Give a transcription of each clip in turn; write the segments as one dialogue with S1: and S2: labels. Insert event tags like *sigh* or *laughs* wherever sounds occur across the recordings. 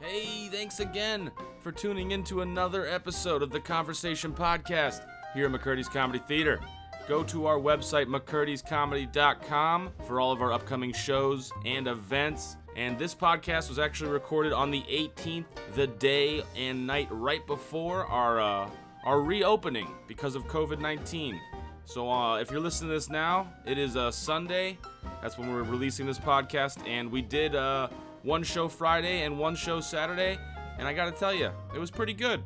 S1: Hey, thanks again for tuning in to another episode of the Conversation Podcast here at McCurdy's Comedy Theater. Go to our website, McCurdy'sComedy.com, for all of our upcoming shows and events. And this podcast was actually recorded on the 18th, the day and night right before our, uh, our reopening because of COVID 19. So uh, if you're listening to this now, it is uh, Sunday. That's when we're releasing this podcast, and we did uh, one show Friday and one show Saturday. And I gotta tell you, it was pretty good.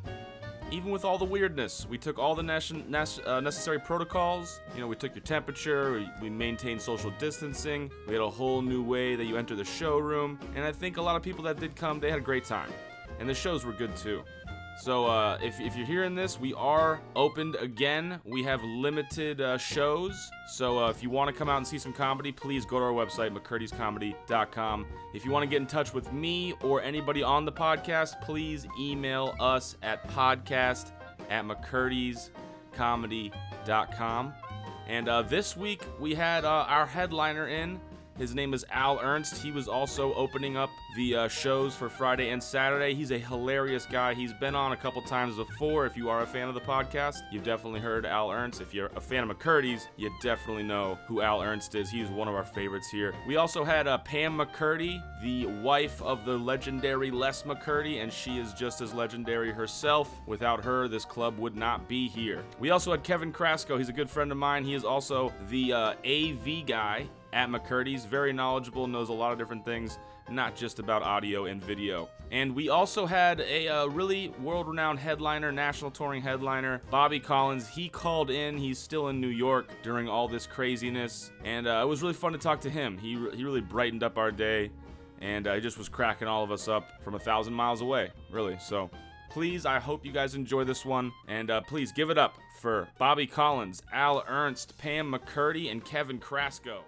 S1: Even with all the weirdness, we took all the nation, nas- uh, necessary protocols. You know, we took your temperature, we, we maintained social distancing, we had a whole new way that you enter the showroom, and I think a lot of people that did come, they had a great time. And the shows were good too. So uh, if, if you're hearing this, we are opened again. We have limited uh, shows. So uh, if you want to come out and see some comedy, please go to our website, mccurdy'scomedy.com. If you want to get in touch with me or anybody on the podcast, please email us at podcast at mccurdy'scomedy.com. And uh, this week we had uh, our headliner in. His name is Al Ernst. He was also opening up the uh, shows for Friday and Saturday. He's a hilarious guy. He's been on a couple times before. If you are a fan of the podcast, you've definitely heard Al Ernst. If you're a fan of McCurdy's, you definitely know who Al Ernst is. He's one of our favorites here. We also had uh, Pam McCurdy, the wife of the legendary Les McCurdy, and she is just as legendary herself. Without her, this club would not be here. We also had Kevin Krasko. He's a good friend of mine. He is also the uh, AV guy at McCurdy's. Very knowledgeable, knows a lot of different things, not just about audio and video. And we also had a uh, really world renowned headliner, national touring headliner, Bobby Collins. He called in, he's still in New York during all this craziness. And uh, it was really fun to talk to him. He, re- he really brightened up our day. And uh, he just was cracking all of us up from a thousand miles away, really. So please, I hope you guys enjoy this one. And uh, please give it up for Bobby Collins, Al Ernst, Pam McCurdy, and Kevin Krasko.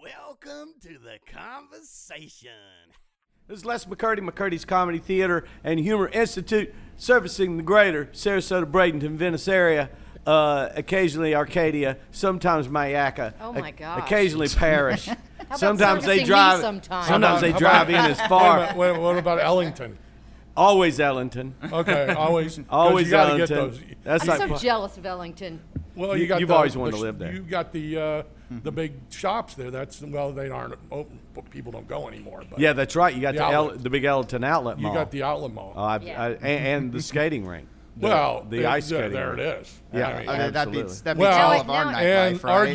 S2: Welcome to the conversation.
S3: This is Les McCurdy, McCurdy's Comedy Theater and Humor Institute, servicing the greater Sarasota, Bradenton, Venice area. Uh, occasionally Arcadia, sometimes Mayaca.
S4: Oh my
S3: oc-
S4: gosh. *laughs*
S3: Occasionally Parish.
S4: about
S3: sometimes
S4: servicing
S3: they
S4: me
S3: drive.
S4: sometime?
S3: sometimes they
S5: How
S3: drive
S5: about-
S3: in as
S5: *laughs* Wait a
S3: far.
S5: minute, wait a minute, what about Ellington?
S3: Always
S5: *laughs*
S3: Ellington. *laughs*
S5: Okay, always. 'cause
S3: Always
S5: you gotta
S3: Ellington.
S5: Get those.
S3: That's like
S4: I'm so jealous of Ellington. *laughs*
S5: Well,
S3: You-
S5: you got
S3: you've
S5: the-
S3: always
S5: the
S3: wanted to
S5: sh-
S3: live there. Mm-hmm.
S5: You got the uh, the big shops there. That's well, they aren't open, but people don't go anymore. But
S3: yeah, that's right. You got the
S5: The
S3: the, El-
S5: outlet.
S3: the big Ellington Outlet
S5: you
S3: Mall.
S5: got the outlet mall.
S3: Oh, I've-
S4: Yeah.
S3: I- and,
S5: *laughs*
S3: and the skating rink. The-
S5: well,
S3: the
S5: it-
S3: ice
S5: there-
S3: skating.
S5: There
S3: rink.
S5: it is.
S3: Yeah,
S5: I mean,
S3: I
S6: I mean, that
S3: Absolutely.
S6: beats that beats
S5: Well,
S6: all of our
S4: now-
S6: nightlife,
S5: and
S6: right?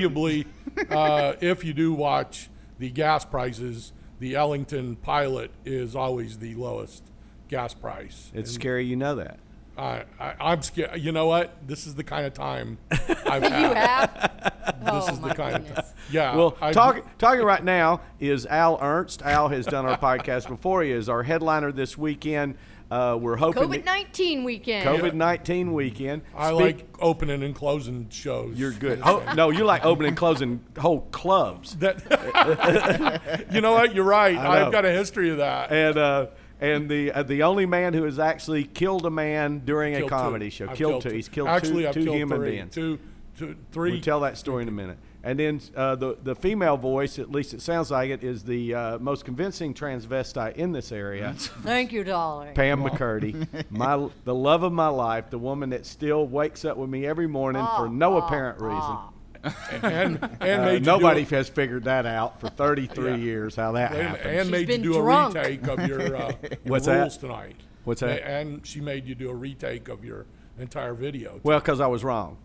S6: *laughs*
S3: *laughs*
S5: arguably, uh, if you do watch the gas prices, the Ellington Pilot is always the lowest gas price.
S3: It's scary. You know that.
S5: I, I, I'm scared. You know what? This is the kind of time
S3: *laughs*
S5: I've had.
S4: You have?
S5: This
S4: oh
S5: is
S4: my
S5: the kind
S4: goodness.
S5: of yeah.
S3: Well,
S5: I-
S3: talk, talking right now is Al Ernst. Al has done our podcast before. He is our headliner this weekend. Uh, we're hoping
S4: COVID 19 weekend.
S3: COVID nineteen weekend.
S5: I
S3: Speak-
S5: like opening and closing shows.
S3: you're good. Oh, no, you like opening and closing whole clubs.
S5: That *laughs* you know what? You're right.
S3: I know.
S5: I've got a history of that.
S3: and uh, and the uh, the only man who has actually killed a man during
S5: Killed
S3: a
S5: two.
S3: comedy show
S5: I've
S3: killed, two. He's killed
S5: Actually,
S3: 2
S5: I've
S3: two
S5: killed
S3: human
S5: three.
S3: beings.
S5: Two, two, three.
S3: We'll tell that story in a minute. And then uh, the the female voice, at least it sounds like it, is the uh, most convincing transvestite in
S5: *laughs*
S3: this area.
S4: Thank you, darling.
S3: Pam McCurdy, my the love of my life, the woman that still wakes up with me every morning for
S4: Oh,
S3: no apparent reason. *laughs*
S5: and and
S3: Uh,
S5: made you do
S3: nobody
S5: a-
S3: has figured that out for 33 years how that
S5: and-
S3: happened.
S5: and made
S4: been
S5: you do
S4: drunk.
S5: a retake of
S4: *laughs*
S5: your uh,
S3: What's that?
S5: rules tonight.
S3: What's that?
S5: A- And she made you do a retake of your entire video.
S3: Well, because I was wrong,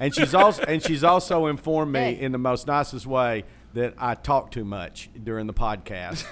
S3: and she's also and she's also informed me
S4: Hey.
S3: in the most nicest way that I talk too much during the
S4: *laughs*
S3: podcast.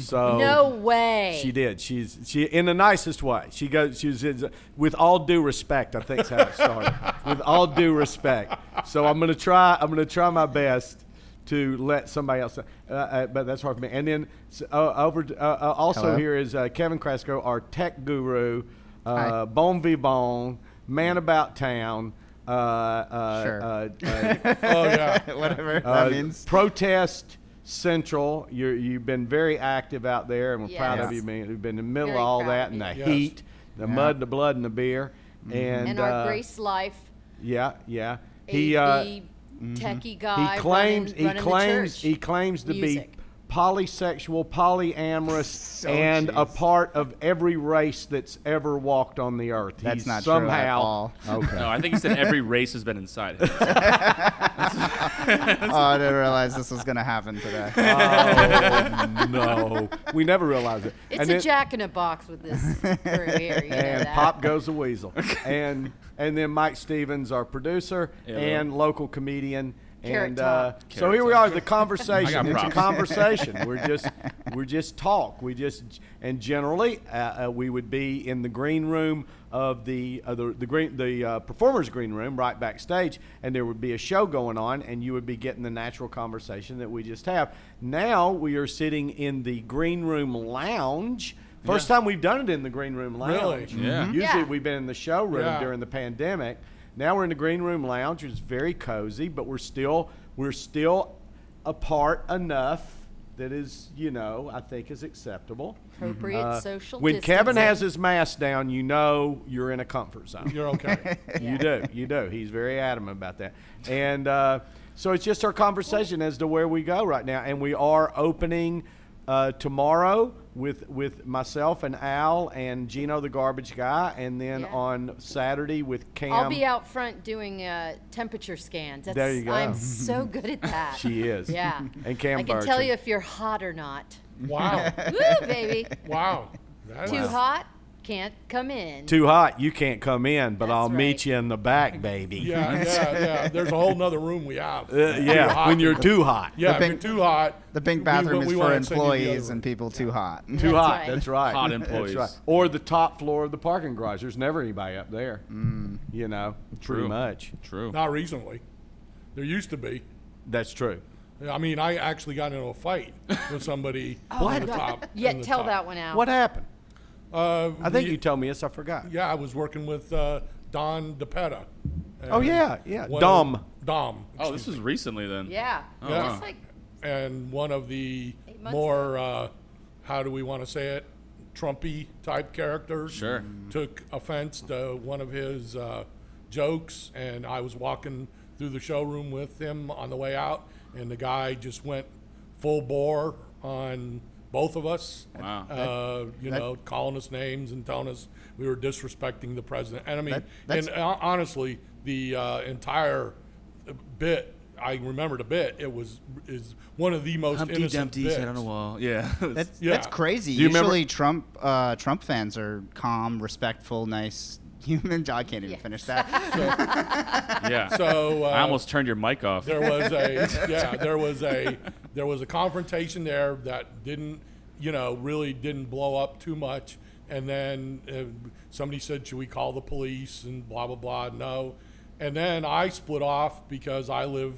S3: so
S4: No way.
S3: Oh, She did. She's she in the nicest way. She goes. She says, with all due respect. I think's how it started. with all due respect. So I'm gonna try. I'm gonna try my best to let somebody else. Uh, uh, but that's hard for me. And then s- uh, over uh, uh, also
S6: Hello.
S3: here is uh, Kevin Krasko, our tech guru,
S6: Hi.
S3: uh, Bon Vivant, man about town. Uh, uh,
S6: Sure.
S3: uh,
S6: *laughs*
S3: uh,
S5: oh yeah.
S6: Whatever
S3: uh,
S6: that means.
S3: Protest Central. You're, you've been very active out there, and we're proud of
S4: Yes.
S3: you. Man. You've been in the middle
S4: Very
S3: of all
S4: proud
S3: that
S4: of
S3: and the
S4: you.
S5: Yes.
S3: heat, the mud, the blood, and the beer. and,
S4: and our
S3: uh,
S4: Grace Life
S3: Yeah, yeah.
S4: he,
S3: He uh,
S4: techie guy.
S3: he claims
S4: running, running
S3: he
S4: the
S3: claims
S4: church.
S3: he claims to
S4: Music.
S3: be polysexual, polyamorous,
S4: *laughs*
S6: So
S3: and a
S6: jeez.
S3: part of every race that's ever walked on the earth.
S6: That's
S3: He's
S6: not true at
S3: somehow
S6: all.
S3: *laughs* okay.
S1: No, I think he said every race has been *laughs* inside him.
S6: *laughs* Oh, I didn't realize this was gonna
S5: *laughs*
S6: happen today.
S5: Uh,
S3: Oh, no, we never realized it.
S4: It's
S3: And
S4: a
S3: it-
S4: jack in a box
S3: *laughs*
S4: with this crew here. You know
S3: and
S4: that.
S3: pop goes the
S4: *laughs*
S3: weasel and and then mike stevens our producer
S1: Yeah.
S3: and local comedian
S4: Carrot
S3: and uh,
S4: Top.
S3: so here we are the conversation
S1: *laughs* I
S3: it's
S1: got
S3: a conversation we're just we're just talk we just and generally uh, uh, we would be in the green room of the uh, the, the green the uh, performers green room right backstage and there would be a show going on and you would be getting the natural conversation that we just have now we are sitting in the green room lounge First time we've done it in the green room lounge.
S5: Really?
S1: Yeah. Mhm.
S3: Usually
S4: Yeah.
S3: we've been in the showroom
S5: Yeah.
S3: during the pandemic. Now we're in the green room lounge, which is very cozy, but we're still we're still apart enough that is, you know, I think is acceptable.
S4: appropriate
S3: Uh,
S4: social.
S3: when Kevin
S4: distancing.
S3: has his mask down, you know you're in a
S5: *laughs*
S3: comfort zone.
S5: You're okay.
S3: You do, you do. He's very adamant about that, and uh, so it's just our conversation as to where we go right now. And we are opening uh, tomorrow with with myself and Al and Gino the garbage guy, and then
S4: Yeah.
S3: on Saturday with Cam.
S4: I'll be out front doing uh, temperature scans. That's,
S3: There you go.
S4: I'm so good at that.
S3: *laughs* She is.
S4: Yeah.
S3: And Cam
S4: I can tell
S3: Burton.
S4: you if you're hot
S3: *laughs*
S4: or not.
S5: Wow.
S4: Woo, baby.
S5: Wow. That
S4: Too
S5: is-
S4: hot, can't come in.
S3: Oh, Too hot, you can't come in, but
S4: That's
S3: I'll meet
S4: right.
S3: you in the back, baby.
S6: *laughs*
S5: Yeah, yeah, yeah. There's a whole nother room we have.
S3: Uh, yeah,
S5: hot.
S3: when you're too hot.
S5: yeah,
S6: The
S5: if
S6: big-
S5: you're too hot.
S6: The pink
S5: we-
S6: bathroom
S5: we
S6: is for
S5: won't send you to the other
S6: employees
S5: room.
S6: and people too hot.
S3: Too
S4: That's
S3: hot.
S4: right.
S3: That's right.
S1: Hot
S3: *laughs* That's
S1: employees.
S3: right. Or the top floor of the parking garage. There's never anybody up there.
S1: Mm.
S3: You know, pretty
S1: True.
S3: much.
S1: True.
S5: Not recently. There used to be.
S3: That's true.
S5: I mean, I actually got into a fight
S3: *laughs*
S5: with somebody
S3: Oh,
S5: on the top. on
S4: Yet
S5: the
S4: tell
S5: top.
S4: that one out.
S3: What happened?
S5: Uh,
S3: I think
S5: we-
S3: you told me this. I forgot.
S5: Yeah, I was working with uh, Don DePetta.
S3: Oh,
S5: And
S3: yeah, yeah.
S5: one
S3: Dom.
S5: of- Dom.
S1: Oh, this was recently then.
S4: Yeah.
S3: Oh.
S5: Yeah.
S4: Just like
S5: and one of the
S4: Eight months
S5: more uh, how do we want to say it trumpy type characters
S1: Sure.
S5: took offense to one of his uh, jokes and i was walking through the showroom with him on the way out and the guy just went full bore on both of us
S1: Wow.
S5: uh, you
S6: That-
S5: know calling us names and telling us we were disrespecting the president and i mean
S6: That- that's-
S5: and hon- honestly the uh, entire bit I remembered a bit. It was is one of the most
S1: Humpty
S5: innocent
S1: Dumpty
S5: bits.
S1: head on a wall. *laughs* Yeah.
S6: That's,
S5: Yeah.
S6: that's crazy.
S3: you remember-
S6: Usually, Trump uh, Trump fans are calm, respectful, nice *laughs* human. I can't even finish that.
S1: yeah.
S5: *laughs* So uh,
S1: I almost turned your mic off.
S5: there was a yeah there was a there was a confrontation there that didn't you know really didn't blow up too much. And then uh, somebody said, "Should we call the police?" And blah blah blah. No. And then I split off because I live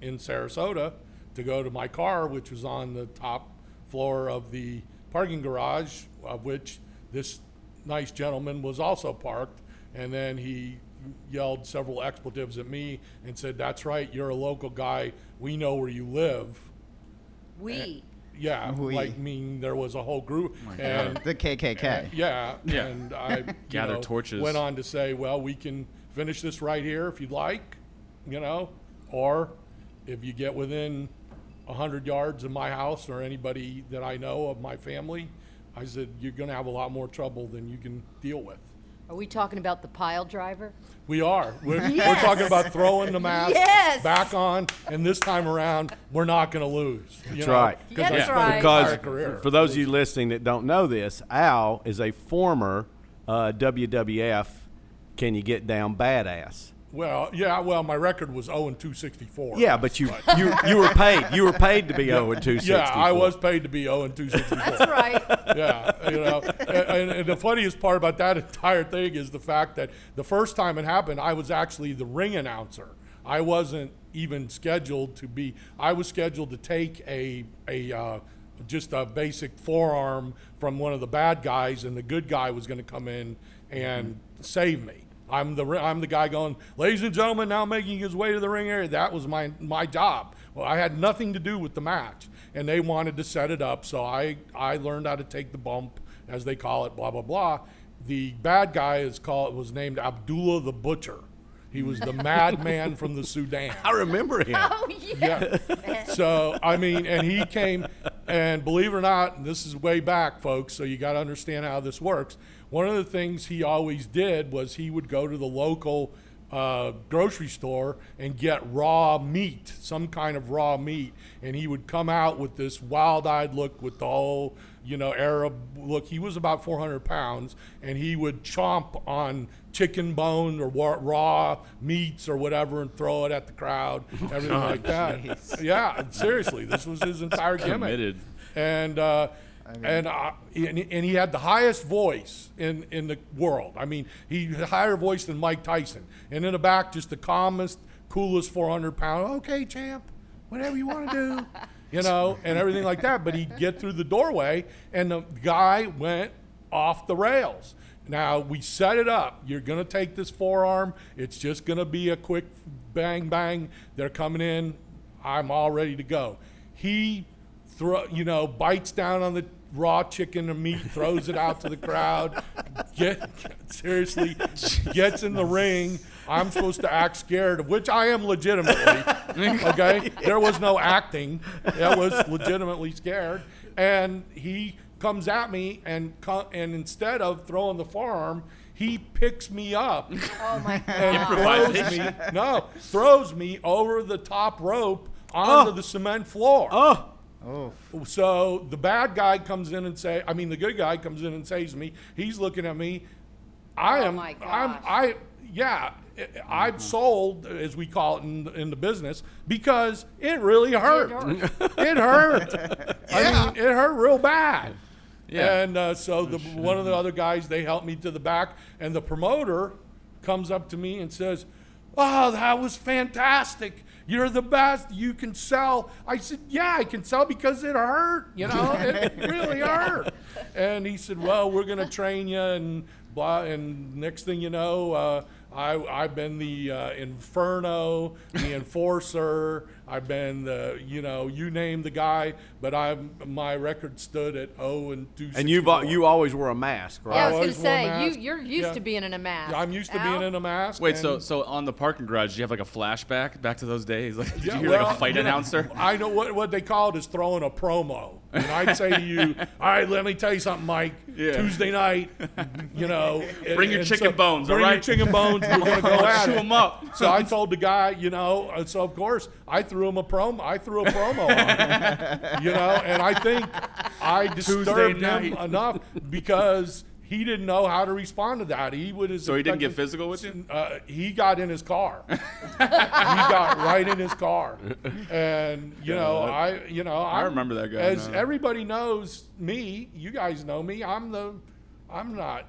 S5: in Sarasota to go to my car, which was on the top floor of the parking garage, of which this nice gentleman was also parked. And then he yelled several expletives at me and said, That's right, you're a local guy. We know where you live.
S4: we.
S5: Yeah,
S6: We.
S5: like, mean, there was a whole group. and
S6: the KKK.
S5: yeah,
S1: Yeah.
S5: and I you
S1: *laughs* Gather
S5: know,
S1: torches.
S5: Went on to say, well, we can finish this right here if you'd like, you know, or if you get within hundred yards of my house or anybody that I know of my family, I said you're going to have a lot more trouble than you can deal with.
S4: Are we talking about the
S3: *laughs*
S4: pile driver?
S5: We are. We're,
S4: Yes.
S5: we're talking about throwing the mask
S4: Yes.
S5: back on, and this time around, we're not going to lose. you
S3: That's
S5: know,
S3: right.
S5: 'cause
S4: That's
S5: I spent
S4: right.
S5: my
S3: Because
S5: entire career.
S3: for those of you listening that don't know this, Al is a former uh, WWF. Can you get down badass?
S5: well, yeah, well, my record was 0 and 264.
S3: Yeah, but you you you were paid. You were paid to be 0 and 260.
S5: Yeah, I was paid to be 0 and 264.
S4: That's right.
S5: yeah, you know. And, and the funniest part about that entire thing is the fact that the first time it happened, I was actually the ring announcer. I wasn't even scheduled to be. I was scheduled to take a a uh, just a basic forearm from one of the bad guys, and the good guy was going to come in and save me. I'm the ri- I'm the guy going, ladies and gentlemen, now making his way to the ring area. That was my my job. Well, I had nothing to do with the match, and they wanted to set it up, so I I learned how to take the bump, as they call it, blah blah blah. the bad guy is called was named Abdullah the Butcher. He was the madman from the Sudan.
S3: I remember him.
S4: *laughs* Oh yeah.
S5: Yeah. so I mean, and he came, and believe it or not, and this is way back, folks. So you got to understand how this works. One of the things he always did was he would go to the local uh, grocery store and get raw meat, some kind of raw meat, and he would come out with this wild-eyed look, with the whole you know Arab look. He was about 400 pounds, and he would chomp on chicken bone or wa- raw meats or whatever, and throw it at the crowd, everything like that. Yeah, seriously, this was his entire gimmick.
S1: committed.
S5: And uh, and, I, and and he had the highest voice in in the world. I mean, he had a higher voice than Mike Tyson. And in the back, just the calmest, coolest 400 pound. Okay, champ, whatever you want to do. You know, and everything like that, but he'd get through the doorway, and the guy went off the rails. Now we set it up. You're gonna take this forearm. It's just gonna be a quick bang bang. They're coming in. I'm all ready to go. He throw you know bites down on the raw chicken or meat, throws it out to the crowd. Get seriously gets in the ring. I'm supposed to act scared, of which I am legitimately. Okay, there was no acting. That was legitimately scared, and he comes at me and co- and instead of throwing the forearm, he picks me up
S4: Oh
S5: *laughs*
S4: my *laughs* god.
S5: and throws me no throws me over the top rope onto the cement floor.
S3: Oh,
S5: So the bad guy comes in and say, I mean, the good guy comes in and saves me. He's looking at me. I
S4: Oh
S5: am,
S4: my
S5: I'm,
S4: gosh.
S5: I, yeah, I- I'm sold, as we call it in, in the business, because it really hurt.
S4: hurt.
S5: It hurt. I mean, it hurt real bad.
S1: Yeah.
S5: And uh, so the, one of the other guys, they helped me to the back, and the promoter comes up to me and says, Oh, that was fantastic. You're the best. You can sell. I said, Yeah, I can sell because it hurt. You know, it really hurt. And he said, Well, we're going to train you, and blah. And next thing you know, uh, I, I've been the uh, inferno, the enforcer. I've been the, you know, you name the guy, but I'm my record stood at 0 and 2.
S3: and you bought, you always wear a mask,
S4: Yeah, I
S3: right?
S4: was gonna
S5: always wore a
S4: say you
S5: mask.
S4: you're used
S5: Yeah.
S4: to being in a mask.
S5: I'm used to being in a mask.
S1: Wait,
S5: and-
S1: so so on the parking garage, you have like a flashback back to those days? *laughs* Like, did
S5: *laughs* Yeah,
S1: you hear
S5: well,
S1: like a fight
S5: you know,
S1: announcer?
S5: I know what, what they call it is throwing a promo. And I'd say
S1: *laughs*
S5: to you, all right, let me tell you something, Mike.
S1: Yeah.
S5: Tuesday night, you know. and-
S1: Bring your
S5: and
S1: chicken bones,
S5: Bring
S1: all
S5: your
S1: right?
S5: chicken bones.
S1: *laughs*
S5: We're going to go at
S1: Chew
S5: it.
S1: 'em up.
S5: So I told the guy, you know, and so of course I threw him a promo. I threw a promo on him, you know, and I think I disturbed him
S1: night.
S5: enough because he didn't know how to respond to that. He would
S1: So he didn't get physical with you?
S5: uh, he got in
S1: *laughs*
S5: his car. he got right in his car, and you know, I, you know, i
S1: remember that guy
S5: As
S1: now.
S5: everybody knows me, you guys know me. I'm the, I'm not.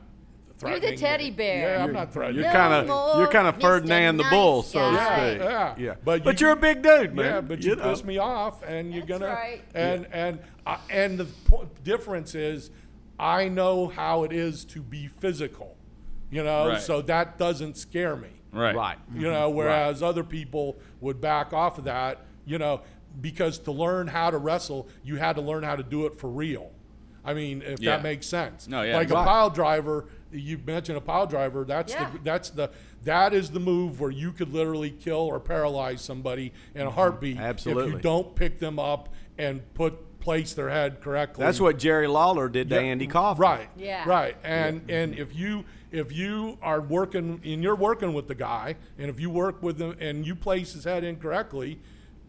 S4: You're the
S5: threatening.
S4: teddy bear.
S5: Yeah, I'm not threatening.
S3: You're
S4: No
S3: kind of
S4: more
S3: you're kind of
S4: Mr.
S3: Ferdinand the
S4: Nice
S3: Bull, so
S4: Guy.
S3: to speak.
S5: Yeah,
S3: Yeah,
S5: but
S3: but,
S5: you-
S3: you're a big dude, man.
S5: Yeah, but you
S3: know.
S5: piss me off, and you're
S4: That's
S5: gonna
S4: right.
S5: and and I and the po- difference is, I know how it is to be physical, you know,
S1: Right.
S5: so that doesn't scare me,
S1: Mm-hmm. Right.
S3: Right.
S5: you know. Whereas other people would back off of that, you know, because to learn how to wrestle, you had to learn how to do it for real. I mean, if
S1: Yeah.
S5: that makes sense.
S1: No, yeah.
S5: Like a
S1: Right.
S5: pile driver. You mentioned a pile driver. That's
S4: Yeah.
S5: the that's the that is the move where you could literally kill or paralyze somebody in
S1: Mm-hmm.
S5: a heartbeat if you
S3: Absolutely.
S5: don't pick them up and put place their head correctly.
S3: That's what Jerry Lawler did to
S5: Yeah,
S3: Andy Kaufman.
S5: Right.
S4: Yeah.
S5: Right. And and if you if you are working and you're working with the guy, and if you work with him and you place his head incorrectly,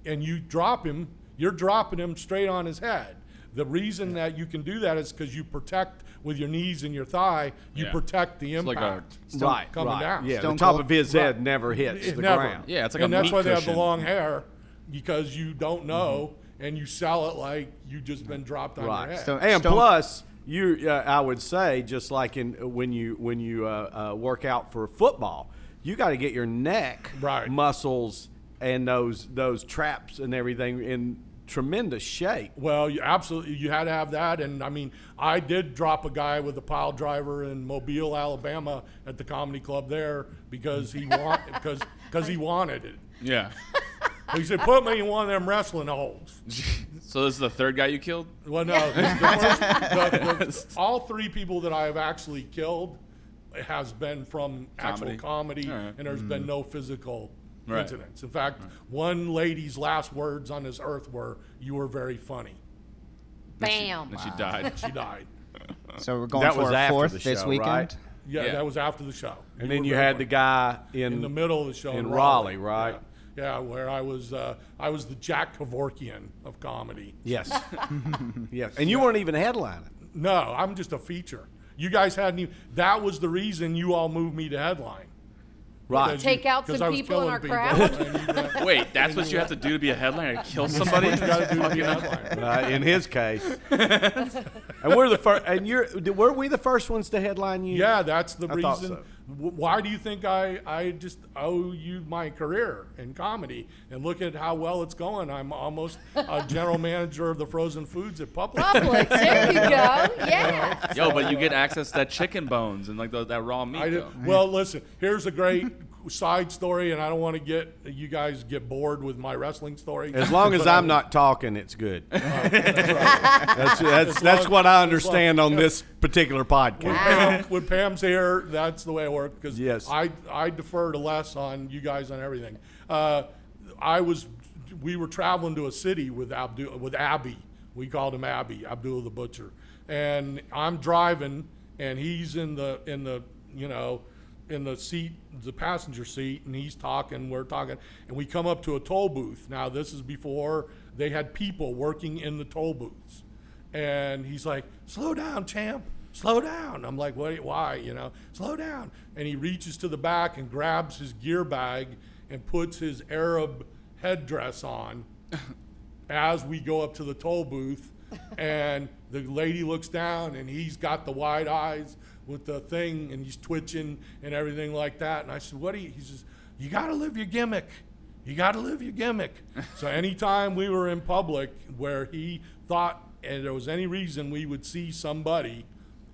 S5: and you drop him, you're dropping him straight on his head. The reason that you can do that is because you protect with your knees and your thigh. You
S1: Yeah.
S5: protect the
S1: It's like a-
S5: impact.
S3: right,
S5: coming
S3: right.
S5: down.
S3: Yeah,
S6: Stone
S3: the top
S6: Cold-
S3: of his head never hits
S5: It
S3: the
S5: never.
S3: ground.
S1: Yeah, it's like
S5: and
S1: a
S5: that's
S1: meat
S5: why they have the
S1: cushion.
S5: long hair because you don't know and you sell it like you just been dropped on your
S3: right.
S5: head.
S6: So-
S3: and
S6: Stone-
S3: plus, you, uh, I would say, just like in when you when you uh, uh, work out for football, you got to get your neck
S5: Right.
S3: muscles and those those traps and everything in tremendous shape.
S5: Well, you absolutely you had to have that, and I mean, I did drop a guy with a pile driver in Mobile, Alabama, at the comedy club there because he want because because he wanted it.
S1: Yeah.
S5: He said, "Put me in one of them wrestling holes."
S1: So this is the third guy you killed?
S5: Well, no, the- the first- the- the- all three people that I have actually killed has been from actual
S7: Comedy.
S5: comedy,
S7: All right. Mm-hmm.
S5: and there's been no physical
S7: Right.
S5: incidents. In fact, one lady's last words on this earth were, "You were very funny." Oh
S4: Bam.
S7: And she died.
S5: She died.
S6: So we're going
S3: That
S6: for
S3: was
S6: a
S3: after
S6: fourth
S3: the
S6: this
S3: show,
S6: weekend.
S3: right?
S5: Yeah,
S7: Yeah.
S5: that was after the show.
S3: And then
S5: were
S3: you
S5: very
S3: had the
S5: funny.
S3: guy in,
S5: in the middle of the show
S3: in Raleigh, right?
S5: Yeah. Yeah, where I was, uh, I was the Jack Kevorkian of comedy. *laughs*
S3: Yes. yes. And you weren't even headlining.
S5: No, I'm just a feature. You guys hadn't. Even, that was the reason you all moved me to headline. *laughs*
S3: Right.
S5: Because
S4: Take
S5: you-
S4: out some
S5: 'cause I was
S4: people in
S5: killing
S4: our
S5: people.
S4: crowd?
S5: And *laughs* you
S7: *laughs*
S5: got-
S7: Wait, that's what you have to do to be a headliner?
S5: *laughs*
S7: Kill somebody?
S3: *laughs*
S5: you got to do the
S7: Fucking-
S5: headline.
S3: Uh, in
S5: *laughs*
S3: his case. and we're the first. And you're. did- Were we the first ones to headline you?
S5: Yeah, that's the
S3: I thought
S5: reason.
S3: so.
S5: Wh- Why do you think I, I just owe you my career in comedy? And look at how well it's going. I'm almost a
S3: *laughs*
S5: general manager of the frozen foods at Publix.
S4: Publix. There you go.
S5: *laughs*
S4: Yeah.
S7: Yo, but you get access to that chicken bones and like the, that raw meat.
S5: I
S7: though.
S5: did, well, listen. Here's a great *laughs* side story, and I don't want to get you guys get bored with my wrestling story.
S3: As long as
S5: but I-
S3: I'm not talking, it's good.
S5: *laughs* that's right.
S3: That's
S5: As
S3: that's, that's
S5: long-
S3: what I
S5: as
S3: understand
S5: long-
S3: on this particular
S5: When,
S3: podcast.
S5: Pam, when Pam's here, that's the way it works. Because
S3: Yes.
S5: I I defer to Les on you guys on everything. Uh, I was we were traveling to a city with Abdul with Abby. We called him Abby Abdul the Butcher, and I'm driving, and he's in the in the you know in the seat, the passenger seat, and he's talking, we're talking, and we come up to a toll booth. Now, this is before they had people working in the toll booths. And he's like, slow down, champ, slow down. I'm like, what, why, you know, slow down. And he reaches to the back and grabs his gear bag and puts his Arab headdress on as we go up to the toll booth and the lady looks down and he's got the wide eyes with the thing and he's twitching and everything like that and i said what do you he says you gotta live your gimmick you gotta live your gimmick so anytime we were in public where he thought and there was any reason we would see somebody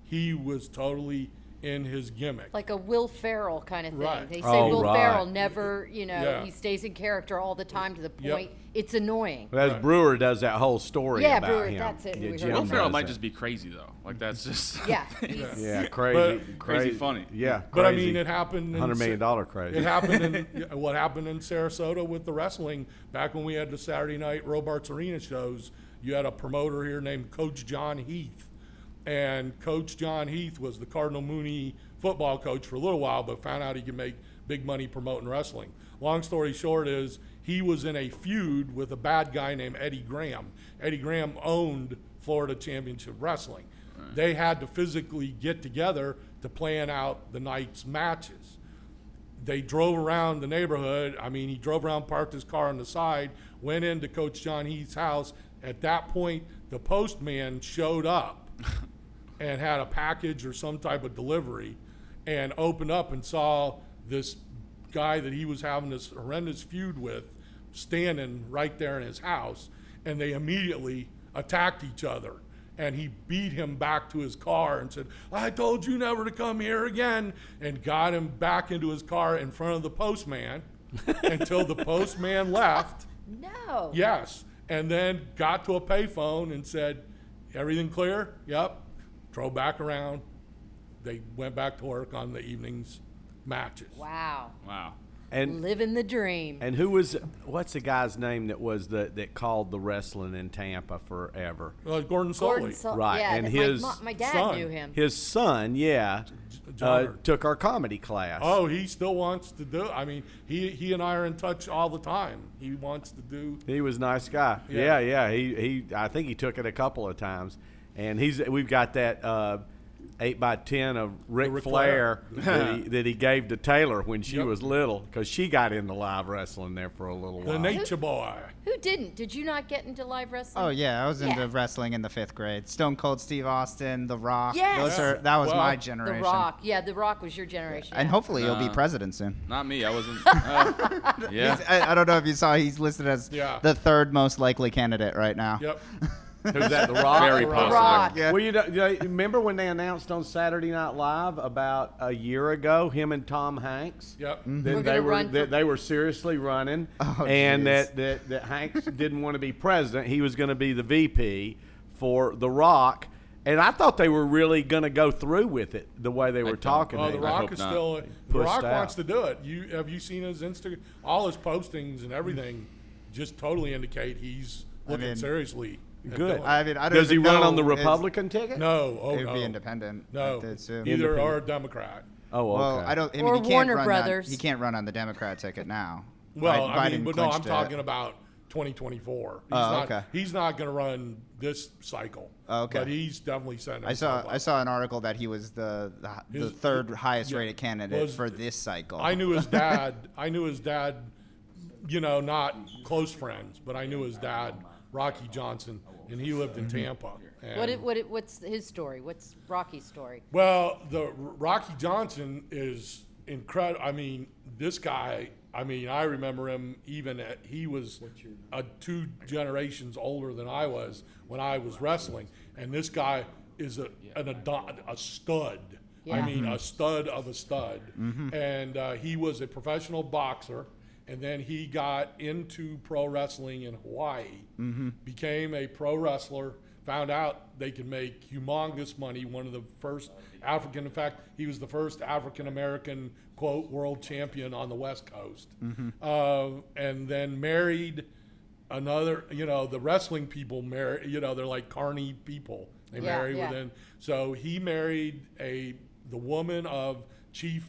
S5: he was totally in his gimmick
S4: Like a Will Ferrell kind of thing.
S5: Right.
S4: They say
S3: Oh,
S4: Will
S3: right.
S4: Ferrell never, you know,
S5: Yeah.
S4: he stays in character all the time to the
S5: Yep.
S4: point it's annoying.
S3: As Brewer does that whole story
S4: Yeah,
S3: about
S4: Brewer,
S3: him.
S4: that's it. We heard
S3: Jim
S7: Will
S4: that.
S7: Ferrell
S3: does
S7: might
S3: that.
S7: just be crazy though. Like that's just
S4: *laughs*
S5: *laughs*
S4: Yeah. he's-
S3: Yeah, crazy,
S5: But-
S7: Crazy funny.
S3: Yeah,
S5: But I
S3: crazy.
S5: mean, it happened. in
S3: $100 million
S5: Sa-
S3: crazy.
S5: It happened in yeah, what happened in Sarasota with the wrestling back when we had the Saturday night Robarts Arena shows. You had a promoter here named Coach John Heath, and Coach John Heath was the Cardinal Mooney football coach for a little while, but found out he could make big money promoting wrestling. Long story short is he was in a feud with a bad guy named Eddie Graham. Eddie Graham owned Florida Championship Wrestling they had to physically get together to plan out the night's matches. They drove around the neighborhood. I mean, he drove around, parked his car on the side, went into Coach John Heath's house. At that point, the postman showed up and had a package or some type of delivery and opened up and saw this guy that he was having this horrendous feud with standing right there in his house and they immediately attacked each other and he beat him back to his car and said i told you never to come here again and got him back into his car in front of the postman until the postman left
S4: No.
S5: Yes. And then got to a payphone and said, everything clear? Yep. Drove back around. They went back to work on the evening's matches.
S4: Wow.
S7: *laughs* wow.
S3: and
S4: Living the dream.
S3: and who was what's the guy's name that was the that called the wrestling in Tampa forever?
S5: Uh, Gordon Sully.
S4: Gordon Sol-
S3: Right,
S4: Yeah,
S3: and
S4: that
S3: his
S4: my, mo- my dad
S5: son,
S4: knew him.
S3: His son, yeah, uh,
S5: Johnner.
S3: took our comedy class.
S5: oh, he still wants to do I mean, he, he and I are in touch all the time. He wants to do.
S3: He was a nice guy. Yeah,
S5: Yeah.
S3: yeah. He he. I think he took it a couple of times, and he's we've got that uh, eight by ten of Ric,
S5: Ric
S3: Flair,
S5: Flair. *laughs*
S3: that, he, that he gave to Taylor when she
S5: Yep.
S3: was little because she got into live wrestling there for a little
S5: The
S3: while.
S5: Nature Boy.
S4: Who didn't? Did you not get into live wrestling?
S6: Oh yeah, I was into
S4: Yeah.
S6: wrestling in the fifth grade. Stone Cold Steve Austin, The Rock.
S4: Yes.
S6: Those are that was
S5: Well,
S6: my
S5: The
S4: The
S6: generation.
S4: Rock. Yeah, The Rock was your generation.
S6: And
S4: yeah.
S6: hopefully he'll be
S7: Nah.
S6: president soon.
S5: *laughs*
S7: Not me. I
S4: *laughs*
S7: wasn't. Uh,
S6: He's-
S7: yeah.
S6: I, I don't know if you saw he's listed as
S5: Yeah.
S6: the third most likely candidate right now.
S5: Yep.
S3: Who's that? The Rock.
S7: Very
S4: The
S7: possible.
S4: Rock.
S6: Yeah.
S3: Well, you know, you know, remember when they announced on Saturday Night Live about a year ago, him and Tom Hanks?
S6: *laughs*
S5: Yep.
S6: Mm-hmm.
S3: Then
S4: We're
S3: they
S4: gonna
S3: were
S4: run
S3: they,
S4: for-
S3: they were seriously running,
S6: Oh,
S3: and
S6: jeez.
S3: that, that that Hanks didn't want to be president. He was going to be the VP for The Rock, And I thought they were really going to go through with it the way they were
S7: don't.
S3: talking.
S5: Well,
S3: to
S5: Uh, The
S3: me.
S5: Rock
S7: hope
S5: is
S7: not.
S5: still. The
S3: Pushed
S5: Rock wants
S3: out.
S5: to do it. You have you seen his Instagram? All his postings and everything just totally indicate he's looking
S6: mean,
S5: seriously. at
S3: good.
S5: doing it.
S6: I mean, I don't
S3: Does he
S6: even
S3: run
S6: know
S3: on the
S6: if-
S3: Republican ticket?
S5: no, oh
S6: It would
S5: no,
S6: be independent.
S5: No,
S6: That's uh, it.
S5: either or a Democrat.
S3: Oh, okay.
S6: Well, I don't. I mean,
S4: Or
S6: he can't
S4: Warner
S6: run
S4: Brothers.
S6: On, he can't run on the Democrat ticket now.
S5: Well,
S6: Biden-
S5: I mean,
S6: Biden
S5: but no, I'm
S6: clinched it.
S5: talking about 2024. He's
S6: Oh,
S5: not,
S6: okay.
S5: He's not going to run this cycle.
S6: Oh, okay.
S5: But he's definitely setting.
S6: I saw.
S5: himself up.
S6: I saw an article that he was the the, the
S5: His-
S6: third highest
S5: yeah,
S6: rated candidate
S5: was-
S6: for this cycle.
S5: I
S6: *laughs*
S5: knew his dad. I knew his dad. You know, not close friends, but I knew his dad, Rocky Johnson, and he lived in
S6: Mm-hmm.
S5: Tampa. And-
S4: What, it- what, it- what's his story? What's Rocky's story?
S5: Well, the R- Rocky Johnson is incredible. I mean, this guy. I mean, I remember him even at, he was uh, two generations older than I was when I was wrestling, and this guy is a an adon- a stud. I
S4: Yeah.
S5: mean, a stud of a stud, and uh, he was a professional boxer. And then he got into pro wrestling in Hawaii, became a pro wrestler, found out they could make humongous money. One of the first African, in fact, he was the first African American, quote, world champion on the West Coast. Uh, and then married another, you know, the wrestling people marry, you know, they're like carny people. They
S4: Yeah,
S5: marry
S4: yeah.
S5: within so he married a the woman of Chief,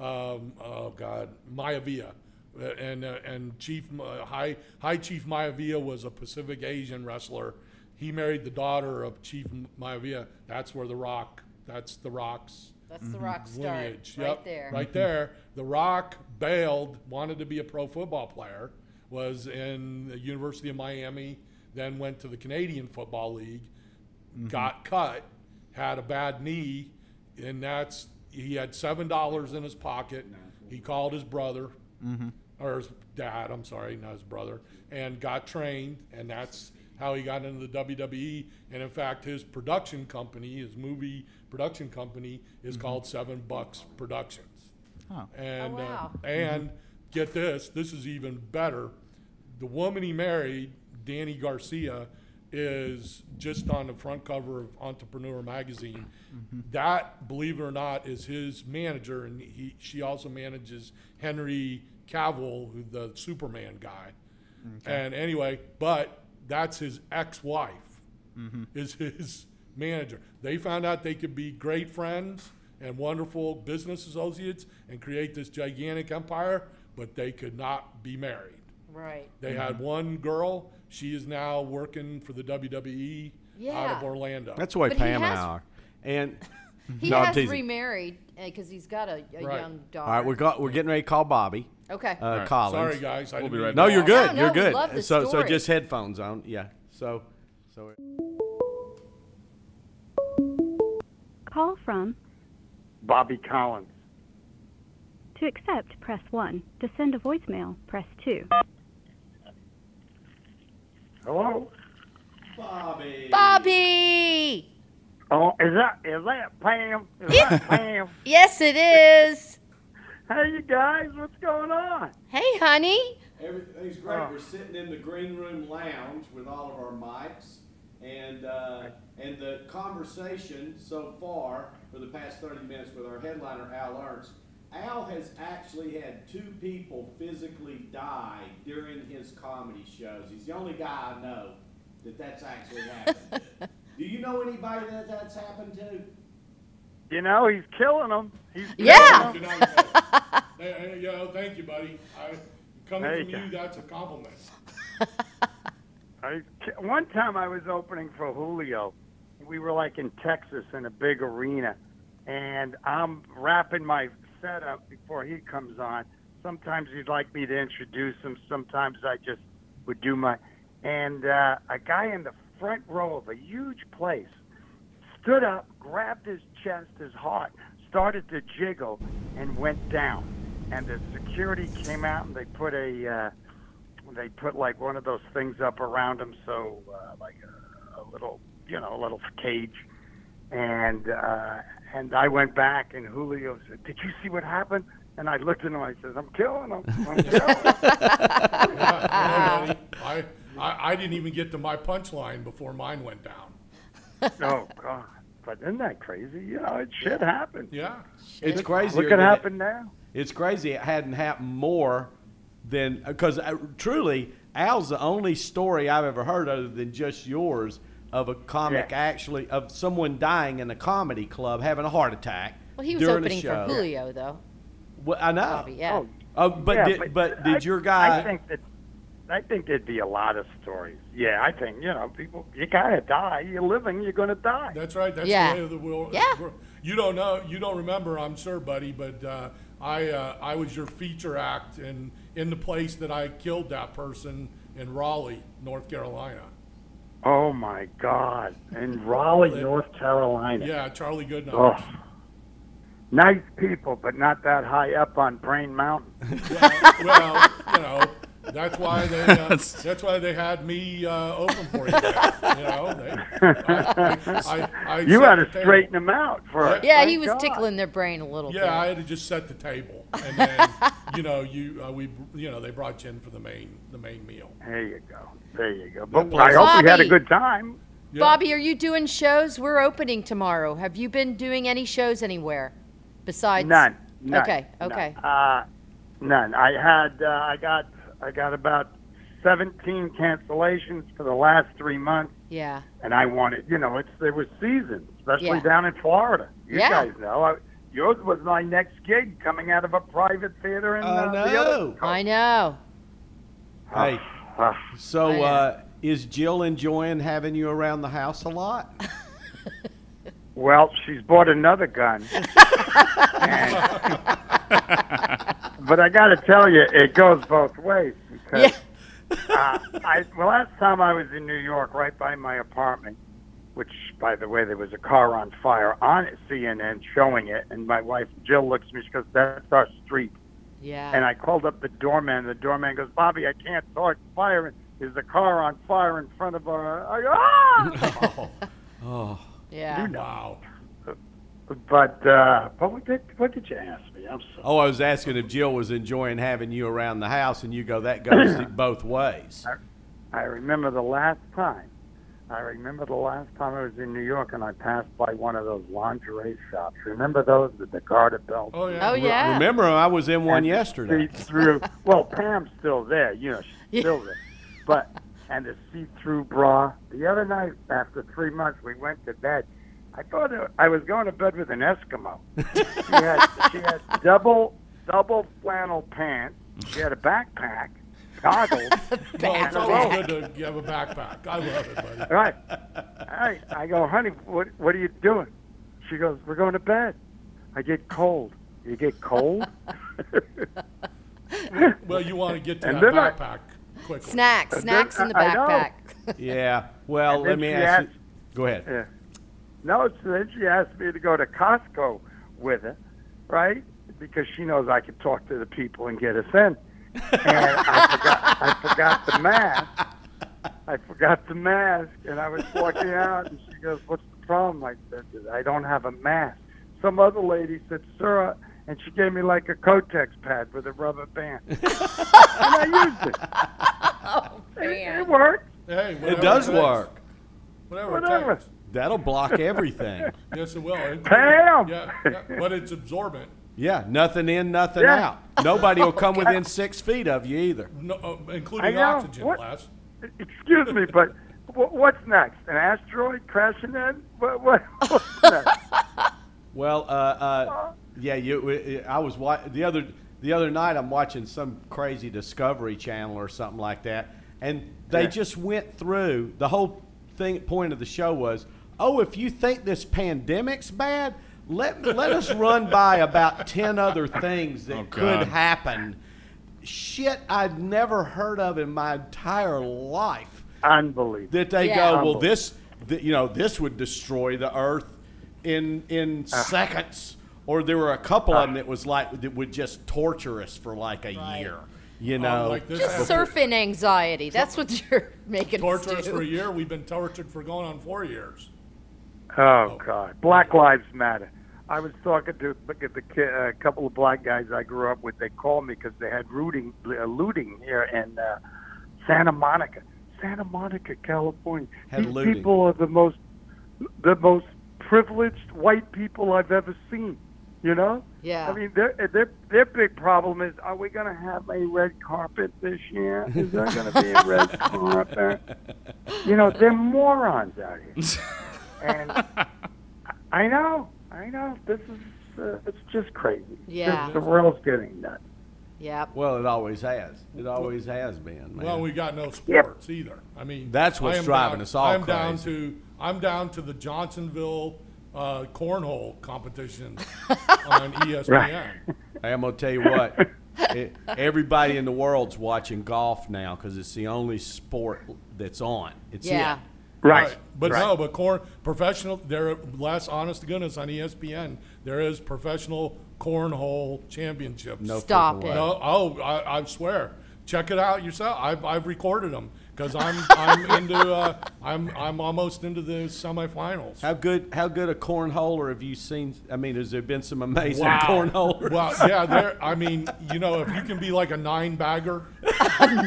S5: um, oh God, Mayavia, Uh, and uh, and Chief uh, High High Chief Mayavia was a Pacific Asian wrestler. He married the daughter of Chief Mayavia. That's where the Rock. That's the Rock's
S4: That's
S3: Mm-hmm.
S4: the rock star
S5: lineage.
S4: right
S5: Yep,
S4: there.
S5: Right there. The Rock bailed, wanted to be a pro football player, was in the University of Miami, then went to the Canadian Football League, got cut, had a bad knee, and that's he had seven dollars in his pocket. He called his brother. Or his dad, I'm sorry, not his brother, and got trained, and that's how he got into the WWE. And in fact, his production company, his movie production company, is called Seven Bucks Productions. And
S4: Oh,
S5: uh,
S4: wow.
S5: and get this, this is even better. The woman he married, Danny Garcia, is just on the front cover of Entrepreneur magazine. That, believe it or not, is his manager, and he she also manages Henry Cavill, who the Superman guy. And anyway, but that's his ex-wife is his manager. They found out they could be great friends and wonderful business associates and create this gigantic empire, but they could not be married.
S4: Right.
S5: They had one girl. She is now working for the WWE out
S4: Yeah.
S5: of Orlando.
S3: That's the way
S4: But he
S3: Pam and
S4: has-
S3: I
S4: *laughs*
S3: are. And
S4: He
S3: Mm-hmm. No, I'm
S4: has
S3: teasing.
S4: remarried because he's got a, a
S5: Right.
S4: young
S3: all
S4: daughter.
S3: right, we're got, we're getting ready to call Bobby
S4: okay.
S3: uh, Collins.
S5: Sorry, guys. I
S7: We'll
S5: didn't
S7: be
S5: mean
S7: right
S5: to
S3: No,
S5: go
S3: you're
S5: off.
S3: good.
S4: No, no,
S3: you're
S4: we
S3: good.
S4: love the
S3: so so
S4: story.
S3: just headphones on. Yeah. So so
S8: Call from
S9: Bobby Collins.
S8: to accept, press 1. To send a voicemail, press 2.
S9: Hello?
S4: Bobby!
S9: Oh, is that is that Pam? Is that Pam?
S4: Yes, it is.
S9: Hey, you guys, what's going on?
S4: Hey, honey.
S3: Everything's great. We're sitting in the green room lounge with all of our mics, and uh, and the conversation so far for the past 30 minutes with our headliner Al Ernst. Al has actually had two people physically die during his comedy shows. He's the only guy I know that that's actually happened. to. Do you know anybody that that's happened to?
S9: You know, he's killing them. He's killing
S4: Yeah.
S9: 'em.
S5: Good night, guys. Hey, hey, yo, thank you, buddy. I, coming
S9: There you
S5: from you,
S9: go.
S5: that's a compliment.
S9: I, one time I was opening for Julio. We were like in Texas in a big arena, and I'm wrapping my setup before he comes on. Sometimes he'd like me to introduce him. Sometimes I just would do my. And uh, a guy in the front row of a huge place stood up, grabbed his chest, his heart, started to jiggle, and went down. And the security came out and they put a. Uh, they put like one of those things up around him, so uh, like a, a little, you know, a little cage. And uh, and I went back, and Julio said, "Did you see what happened?" And I looked at him. I said, "I'm killing him. I'm killing him."
S5: Yeah, buddy. I, I, I didn't even get to my punchline before mine went down.
S9: oh God! But isn't that crazy? You know, it shit happened.
S5: Yeah.
S3: It's crazy.
S9: Look what happened now.
S3: It's crazy. It hadn't happened more than because truly, Al's the only story I've ever heard other than just yours of a comic
S9: Yeah.
S3: actually of someone dying in a comedy club having a heart attack.
S4: Well, he was
S3: during a
S4: opening for
S3: show.
S4: Julio, though.
S3: Well, I know.
S4: Bobby, yeah.
S9: Oh,
S3: Uh, but,
S9: Yeah,
S3: did, but
S9: I-
S3: did your guy?
S9: I think that I think there'd be a lot of stories. Yeah, I think you know people. You gotta die. You're living. You're gonna die.
S5: That's right. That's
S4: Yeah.
S5: the way of the world.
S4: Yeah.
S5: You don't know. You don't remember. I'm sure, buddy. But uh, I uh, I was your feature act in in the place that I killed that person in Raleigh, North Carolina.
S9: Oh my God! In Raleigh, North Carolina.
S5: Yeah, Charlie Goodenough.
S9: Oh. Nice people, but not that high up on Brain Mountain. *laughs*
S5: well, you know, that's why they
S9: *laughs*
S5: uh, that's why they had me uh, open for you. Guys. You know, they, I, *laughs* I, I, I
S9: You
S5: set
S9: had
S5: the
S9: to
S5: table.
S9: straighten them out for it.
S4: Yeah,
S9: My
S4: he was
S9: God.
S4: tickling their brain a little
S5: Yeah, I
S4: bit.
S5: had to just set the table, and then you know, you uh, we you know they brought you in for the main the main meal.
S9: There you go. There you go. But
S5: place-
S9: I hope you had a
S4: Bobby.
S9: good time.
S5: Yeah.
S4: Bobby, are you doing shows? We're opening tomorrow. Have you been doing any shows anywhere besides?
S9: None. none
S4: Okay,
S9: none.
S4: okay.
S9: Uh, none. I had. Uh, I got. I got about seventeen cancellations for the last three months,
S4: Yeah.
S9: and I wanted. You know, it's there was season, especially
S4: Yeah.
S9: down in Florida. You
S4: Yeah.
S9: guys know. I, yours was my next gig, coming out of a private theater in
S3: I
S9: uh, the other.
S3: know.
S4: I know.
S3: hey,
S9: Ah,
S3: so
S4: I know.
S3: uh, is Jill enjoying having you around the house a lot?
S4: *laughs*
S9: well, she's bought another gun. And- but I got to tell you, it goes both ways because.
S4: Yeah.
S9: uh, I, the last time I was in New York, right by my apartment, which, by the way, there was a car on fire on CNN showing it, and my wife Jill looks at me. She goes, "That's our street."
S4: Yeah.
S9: And I called up the doorman. The doorman goes, "Bobby, I can't talk. Fire! There's a car on fire in front of our." I go, ah!
S5: Oh.
S4: yeah.
S5: Wow.
S9: but uh, but what did what did you ask me? I'm sorry.
S3: Oh, I was asking if Jill was enjoying having you around the house, and you go, that
S9: *clears throat*
S3: goes both ways.
S4: Oh,
S9: I remember the last time. I remember the last time I was in New York and I passed by one of those lingerie shops. Remember those with the garter belts?
S5: Oh yeah.
S4: Oh yeah.
S3: Remember, I was in one
S9: And
S3: yesterday.
S9: See through. Well, Pam's still there. You know, she's still there. But and the see-through bra. The other night, after three months, we went to bed. I thought it, I was going to bed with an Eskimo. she had she had double double flannel pants. She had a backpack, goggles,
S5: Well,
S9: and
S5: it's
S9: a robe.
S5: always good to have a backpack. I love it,
S9: *laughs*
S5: buddy.
S9: Right. I, I go, honey, what, what are you doing? She goes, we're going to bed. I get cold. You get cold? *laughs*
S5: Well, you want to get to
S9: And
S5: that
S9: then I-
S5: backpack quickly.
S4: Snacks. Snacks in the
S9: I know.
S4: backpack.
S3: *laughs* Yeah. Well,
S9: And
S3: let
S9: then
S3: me
S9: she
S3: ask you.
S9: asked-
S3: Go ahead.
S9: yeah. No, so then she asked me to go to Costco with her, right? Because she knows I could talk to the people and get us in. And I forgot, I forgot the mask. I forgot the mask, and I was walking out, and she goes, "What's the problem?" I said, "I don't have a mask." Some other lady said, "Sir," and she gave me like a Kotex pad with a rubber band, and I used it. It, it worked.
S5: Hey, whatever
S3: It does
S5: takes.
S3: work.
S5: Whatever. it
S9: Whatever.
S5: takes.
S3: That'll block everything.
S5: Yes, it will. It-
S9: Damn.
S5: Yeah, yeah, but it's absorbent.
S3: Yeah. Nothing in, nothing
S9: Yeah.
S3: out. Nobody will come within six feet of you either.
S5: No, uh,
S9: I
S5: including
S9: know.
S5: oxygen,
S9: What?
S5: Les.
S9: Excuse me, but wh- what's next? An asteroid crashing in? What? what what's next?
S3: Well, uh, uh, yeah, you. I was wa- the other the other night. I'm watching some crazy Discovery Channel or something like that, and they
S9: Yeah.
S3: just went through the whole thing. Point of the show was, oh, if you think this pandemic's bad, let let us run by about ten other things that
S7: Oh,
S3: could
S7: God.
S3: happen. Shit, I'd never heard of in my entire life
S9: Unbelievable.
S3: that they
S4: Yeah.
S3: go, well,
S9: Humble.
S3: this, th- you know, this would destroy the earth in in
S5: Ah.
S3: seconds. Or there were a couple of them that was like that would just torture us for like a year. You know,
S5: Oh, like this
S4: Just
S5: happened.
S4: surfing anxiety. That's what you're *laughs* making us
S5: torture us
S4: do.
S5: for a year. We've been tortured for going on four years.
S9: Oh God! Black Lives Matter. I was talking to look at the ki- a couple of black guys I grew up with. They called me because they had looting, uh, looting here in uh, Santa Monica, Santa Monica, California.
S3: Had
S9: These
S3: looting.
S9: people are the most the most privileged white people I've ever seen. You know?
S4: Yeah.
S9: I mean, their their their big problem is: Are we going to have a red carpet this year? Is there going to be a
S3: *laughs*
S9: red carpet? You know, they're morons out here. And I- *laughs* I know, I know. This is uh, it's just crazy.
S4: Yeah.
S9: Just the world's getting nuts.
S4: Yep.
S3: Well, it always has. It always has been, man.
S5: Well, we got no sports either. I mean,
S3: That's what's
S5: I am
S3: driving
S5: down-
S3: us all
S5: I'm down
S3: crazy.
S5: to I'm down to the Johnsonville uh, cornhole
S9: *laughs*
S5: competition on E ESPN.
S3: Hey, I'm gonna tell you what. it, everybody in the world's watching golf now because it's the only sport that's on. It's
S4: Yeah.
S3: it.
S9: Right.
S5: But no, but corn professional. There, last honest to goodness on E ESPN, there is professional cornhole championships.
S3: No
S4: Stop
S3: freaking
S4: it.
S3: way.
S5: No, oh, I, I swear. Check it out yourself. I've, I've recorded them
S3: *laughs*
S5: because I'm I'm into uh, I'm I'm almost into the semifinals.
S3: How good? How good a cornholer have you seen? I mean, has there been some amazing
S5: Wow.
S3: cornholers?
S5: Well, yeah, there. I mean, you know, if you can be like a nine bagger,
S4: Nine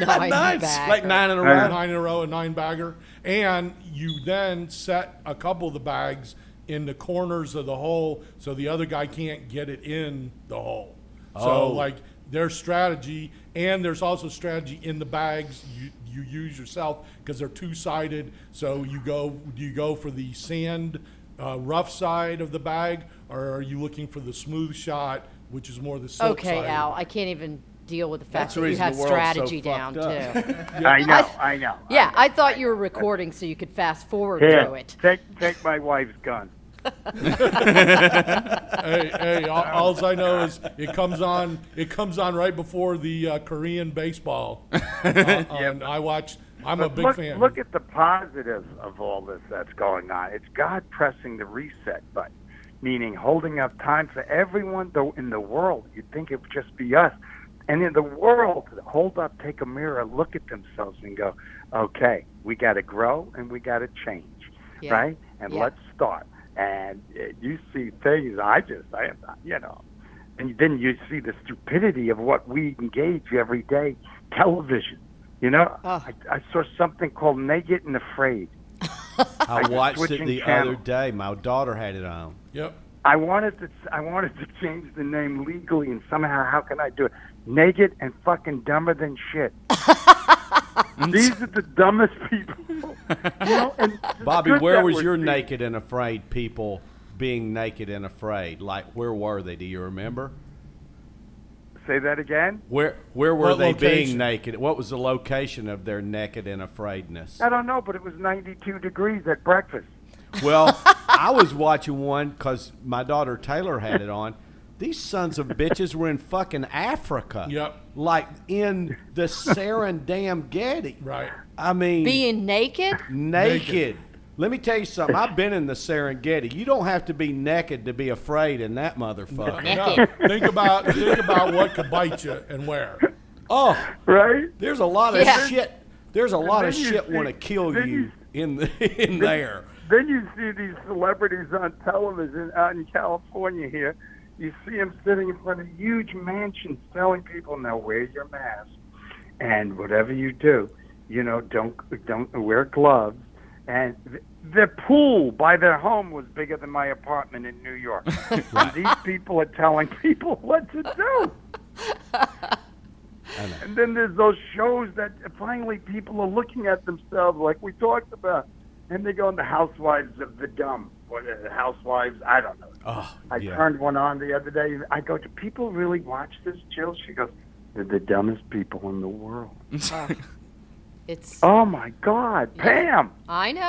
S3: *laughs* Nice.
S4: back.
S3: Like nine in a
S5: a
S3: row.
S5: nine in a row, a nine bagger, and you then set a couple of the bags in the corners of the hole so the other guy can't get it in the hole.
S3: Oh.
S5: So like there's strategy, and there's also strategy in the bags you, you use yourself because they're two sided. So you go you go for the sand uh, rough side of the bag, or are you looking for the smooth shot, which is more the silk
S4: okay,
S5: side?
S4: Al, I can't even deal with the
S3: That's
S4: fact
S3: the
S4: that you
S3: reason
S4: have
S3: the world's so
S4: strategy down
S3: fucked up. *laughs*
S4: too.
S9: I know.
S4: *laughs*
S9: I, know.
S4: Yeah, I thought you were recording so you could fast forward
S9: Here,
S4: to it.
S9: take take my wife's gun.
S5: hey, hey, all, alls I know is it comes on. It comes on right before the uh, Korean baseball. Uh, and I watch. I'm a
S9: But
S5: big
S9: look,
S5: fan.
S9: Look at the positive of all this that's going on. It's God pressing the reset button, meaning holding up time for everyone though in the world. You'd think it would just be us. And in the world, hold up, take a mirror, look at themselves and go, okay, we got to grow and we got to change,
S4: Yeah.
S9: right? And
S4: Yeah.
S9: let's start. And uh, you see things, I just, I, you know, and then you see the stupidity of what we engage every day, television. You know,
S4: Ugh.
S9: I, I saw something called Naked and Afraid.
S3: I watched it
S9: switching
S3: the
S9: channel.
S3: other day. My daughter had it on.
S5: Yep.
S9: I wanted to, I wanted to change the name legally, and somehow, how can I do it? Naked and fucking dumber than
S4: *laughs*
S9: shit. These are the dumbest people.
S3: *laughs*
S9: You know, and it's
S3: Bobby,
S9: good
S3: where
S9: that
S3: was
S9: we're
S3: your
S9: seeing-
S3: naked and afraid people being naked and afraid? Like, where were they? Do you remember?
S9: Say that again.
S3: Where where were
S5: What
S3: they being
S5: location?
S3: naked? What was the location of their naked and afraidness?
S9: I don't know, but it was 92 degrees at breakfast. *laughs*
S3: Well, I was watching one because my daughter Taylor had it on. These sons of bitches were in fucking Africa.
S5: Yep.
S3: Like in the Serengeti.
S5: Right.
S3: I mean,
S4: Being naked?
S3: naked. Let me tell you something. I've been in the Serengeti. You don't have to be naked to be afraid in that motherfucker.
S5: Now,
S9: *laughs*
S5: think about think about what could bite you and where.
S3: oh,
S9: Right?
S3: there's a lot of
S4: Yeah.
S3: shit. There's a lot of
S9: then you
S3: shit
S9: see-
S3: want to kill
S9: then
S3: you in the, *laughs* in there.
S9: Then you see these celebrities on television out in California here. You see them sitting in front of huge mansions telling people, now wear your mask. And whatever you do, you know, don't, don't wear gloves. And th- their pool by their home was bigger than my apartment in New York. and these people are telling people *laughs* what to do. And then there's those shows that finally people are looking at themselves like we talked about. And they go on the Housewives of the Dumb. Or the Housewives, I don't know.
S3: Oh,
S9: I
S3: yeah.
S9: turned one on the other day. I go, do people really watch this, Jill? She goes, they're the dumbest people in the world.
S4: It's.
S9: Oh, my God. Pam!
S4: I know.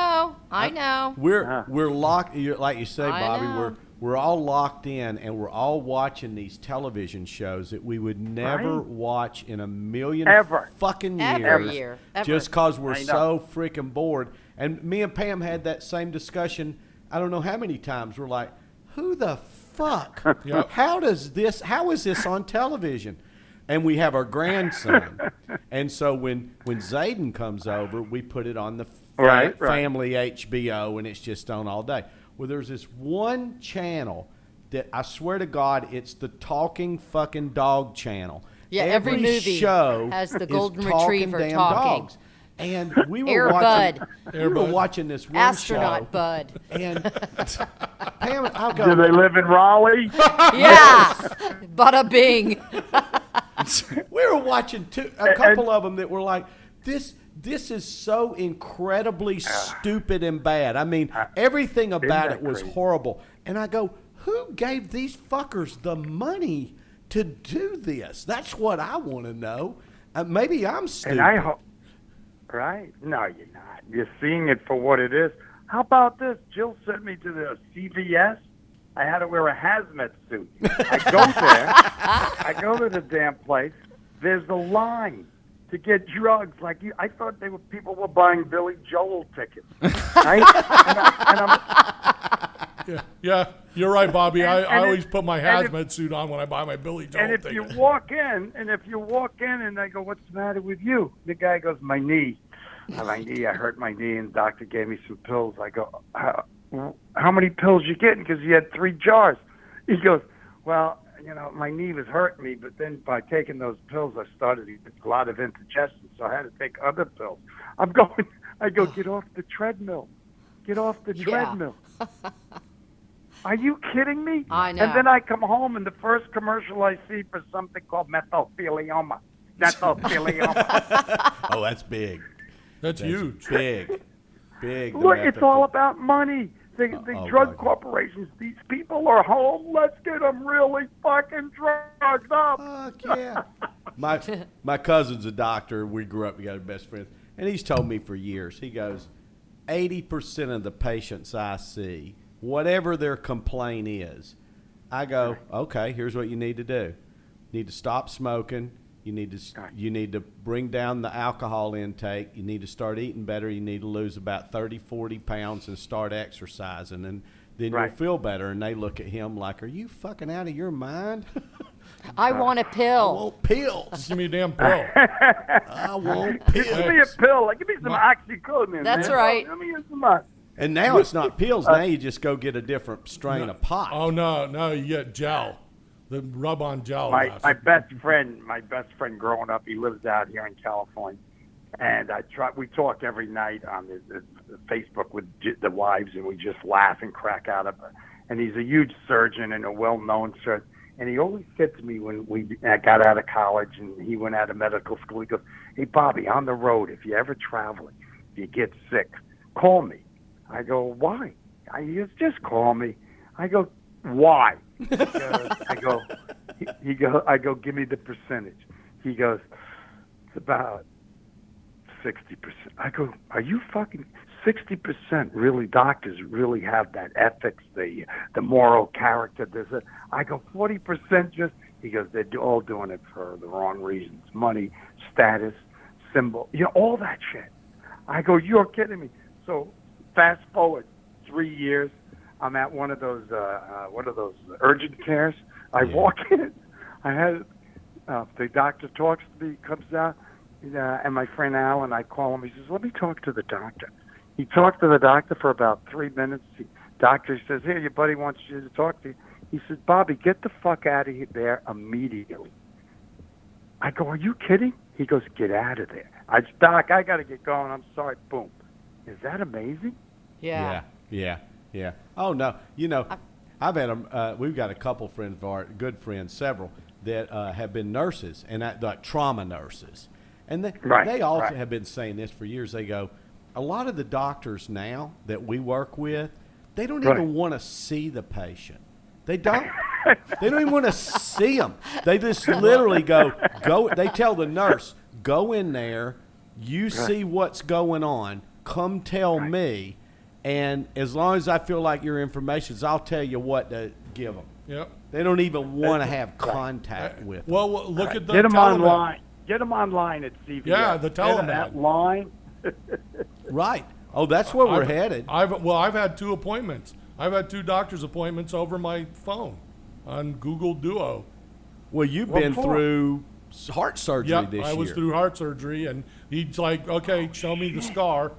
S3: Uh,
S4: I know.
S3: We're
S9: Uh-huh.
S3: we're locked. You're, like you say,
S4: I
S3: Bobby,
S4: know.
S3: we're we're all locked in, and we're all watching these television shows that we would never
S9: Right.
S3: watch in a million
S9: Ever.
S3: fucking years.
S4: Ever year. Ever.
S3: Just cause we're
S9: I know.
S3: so freaking bored. And me and Pam had that same discussion. I don't know how many times. We're like, who the fuck?
S9: *laughs*
S5: Yep.
S3: How does this? How is this on television? And we have our
S9: *laughs*
S3: grandson, and so when when Zayden comes over, we put it on the fa-
S9: Right, right.
S3: family HBO, and it's just on all day. Well, there's this one channel that I swear to God, it's the talking fucking dog channel.
S4: Yeah, every movie
S3: show
S4: has the
S3: is
S4: golden
S3: talking
S4: retriever
S3: damn
S4: talking.
S3: dogs. And we were
S4: Air
S3: watching.
S4: Bud.
S3: We were
S5: Air Bud.
S3: watching this one
S4: Astronaut
S3: show,
S4: Bud.
S3: *laughs*
S4: *laughs*
S3: and Pam, I'll go.
S9: Do they live in Raleigh?
S4: Yeah. *laughs* Bada bing.
S3: we were watching two, a couple of them that were like this. This is so incredibly stupid and bad. I mean, everything about
S9: Ah. that
S3: it was
S9: crazy?
S3: horrible. And I go, who gave these fuckers the money to do this? That's what I want to know. Uh, maybe I'm stupid.
S9: And I hope, right? No, you're not. You're seeing it for what it is. How about this? Jill sent me to the CVS. I had to wear a hazmat suit. I go there. I go to the damn place. There's a line to get drugs. Like you, I thought they were people were buying Billy Joel tickets. Right? and I, and I'm,
S5: Yeah, yeah, you're right, Bobby. I,
S9: And-
S5: I
S9: and it-
S5: always put my
S9: and it-
S5: hazmat suit on when I buy my Billy Joel
S9: and if
S5: ticket.
S9: you walk in, and if you walk in, and I go, "What's the matter with you?" The guy goes, "My knee, Uh, my knee. I hurt my knee, and the doctor gave me some pills." I go, "How, how many pills you getting?" Because he had three jars. He goes, "Well, you know, my knee was hurting me, but then by taking those pills, I started to get a lot of indigestion, so I had to take other pills." I'm *laughs* going. I go, "Get off the treadmill. Get off the
S4: Yeah.
S9: treadmill." Are you kidding me?
S4: I know.
S9: And then I come home, and the first commercial I see for something called mesothelioma. Mesothelioma.
S3: oh, that's big.
S5: *laughs* That's huge.
S9: *laughs*
S3: Big. Big. the
S9: Look, it's
S3: method-
S9: all about money. The, the
S3: Oh, God.
S9: drug corporations, these people are home. Let's get them really fucking drugged up.
S3: Fuck yeah. my my cousin's a doctor. We grew up together, best friends, and he's told me for years. He goes, eighty percent of the patients I see, whatever their complaint is, I go, okay, here's what you need to do. You need to stop smoking. You need to s- you need to bring down the alcohol intake. You need to start eating better. You need to lose about 30, 40 pounds and start exercising, and then you'll
S9: Right.
S3: feel better. And they look at him like, "Are you fucking out of your mind?" *laughs*
S4: I want a pill.
S3: want pills.
S5: Give me a damn
S9: *laughs*
S5: pill.
S3: I want
S9: Give me a
S3: pills.
S9: pill. Give me some oxycodone.
S4: That's
S9: man.
S4: right.
S9: Let me use some ox-
S3: And now it's not pills. Now you just go get a different strain of pot.
S5: Oh no, no, you get gel, the rub-on gel.
S9: my
S5: Russ.
S9: my best friend, my best friend growing up, he lives out here in California, and I try. We talk every night on the, the, the Facebook with j- the wives, and we just laugh and crack out of it. And he's a huge surgeon and a well-known surgeon. And he always said to me when we I got out of college and he went out of medical school, he goes, "Hey Bobby, on the road, if you're ever traveling, if you get sick, call me." I go, "Why?" I, he goes, "Just call me." I go, "Why?" goes, I go, he, he go, I go, give me the percentage. He goes, it's about sixty percent. I go, are you fucking sixty percent? Really, doctors really have that ethics, the the moral character. There's a, I go, forty percent just. He goes, they're do- all doing it for the wrong reasons: money, status, symbol, you know, all that shit. I go, you're kidding me. So fast forward three years, I'm at one of those, uh, uh, one of those urgent cares. I walk in, I had uh, the doctor talks to me, comes out, uh, and my friend Alan, I call him. He says, "Let me talk to the doctor." He talked to the doctor for about three minutes. The doctor says, "Here, your buddy wants you to talk to you." He says, "Bobby, get the fuck out of here there immediately." I go, "Are you kidding?" He goes, "Get out of there." I doc, I got to get going. I'm sorry. Boom. Is that amazing?
S4: Yeah.
S3: yeah, yeah. Oh no, you know, I've had a. Uh, we've got a couple friends of our good friends, several that uh, have been nurses and that, like trauma nurses, and they
S9: Right,
S3: they also
S9: right.
S3: have been saying this for years. They go, a lot of the doctors now that we work with, they don't
S9: Right.
S3: even want to see the patient. They don't. they don't even want to see them. They just literally go go. They tell the nurse, go in there. You see what's going on. Come tell me, and as long as I feel like your information's, I'll tell you what to give them.
S5: Yep.
S3: They don't even want to have contact with. 'em.
S5: Uh, Well, well, look at the
S9: Get them
S5: telemed.
S9: online. Get them online at CVS.
S5: Yeah, the
S9: Get 'em
S5: telemed.
S9: at line.
S3: right. Oh, that's where we're
S5: I've-
S3: headed.
S5: I've well, I've had two appointments. I've had two doctor's appointments over my phone on Google Duo.
S3: well, you've
S9: What
S3: been
S9: for?
S3: through s- heart surgery
S5: Yeah,
S3: this
S5: I
S3: year.
S5: was through heart surgery, and he's like, "Okay, show me the
S9: *laughs*
S5: scar."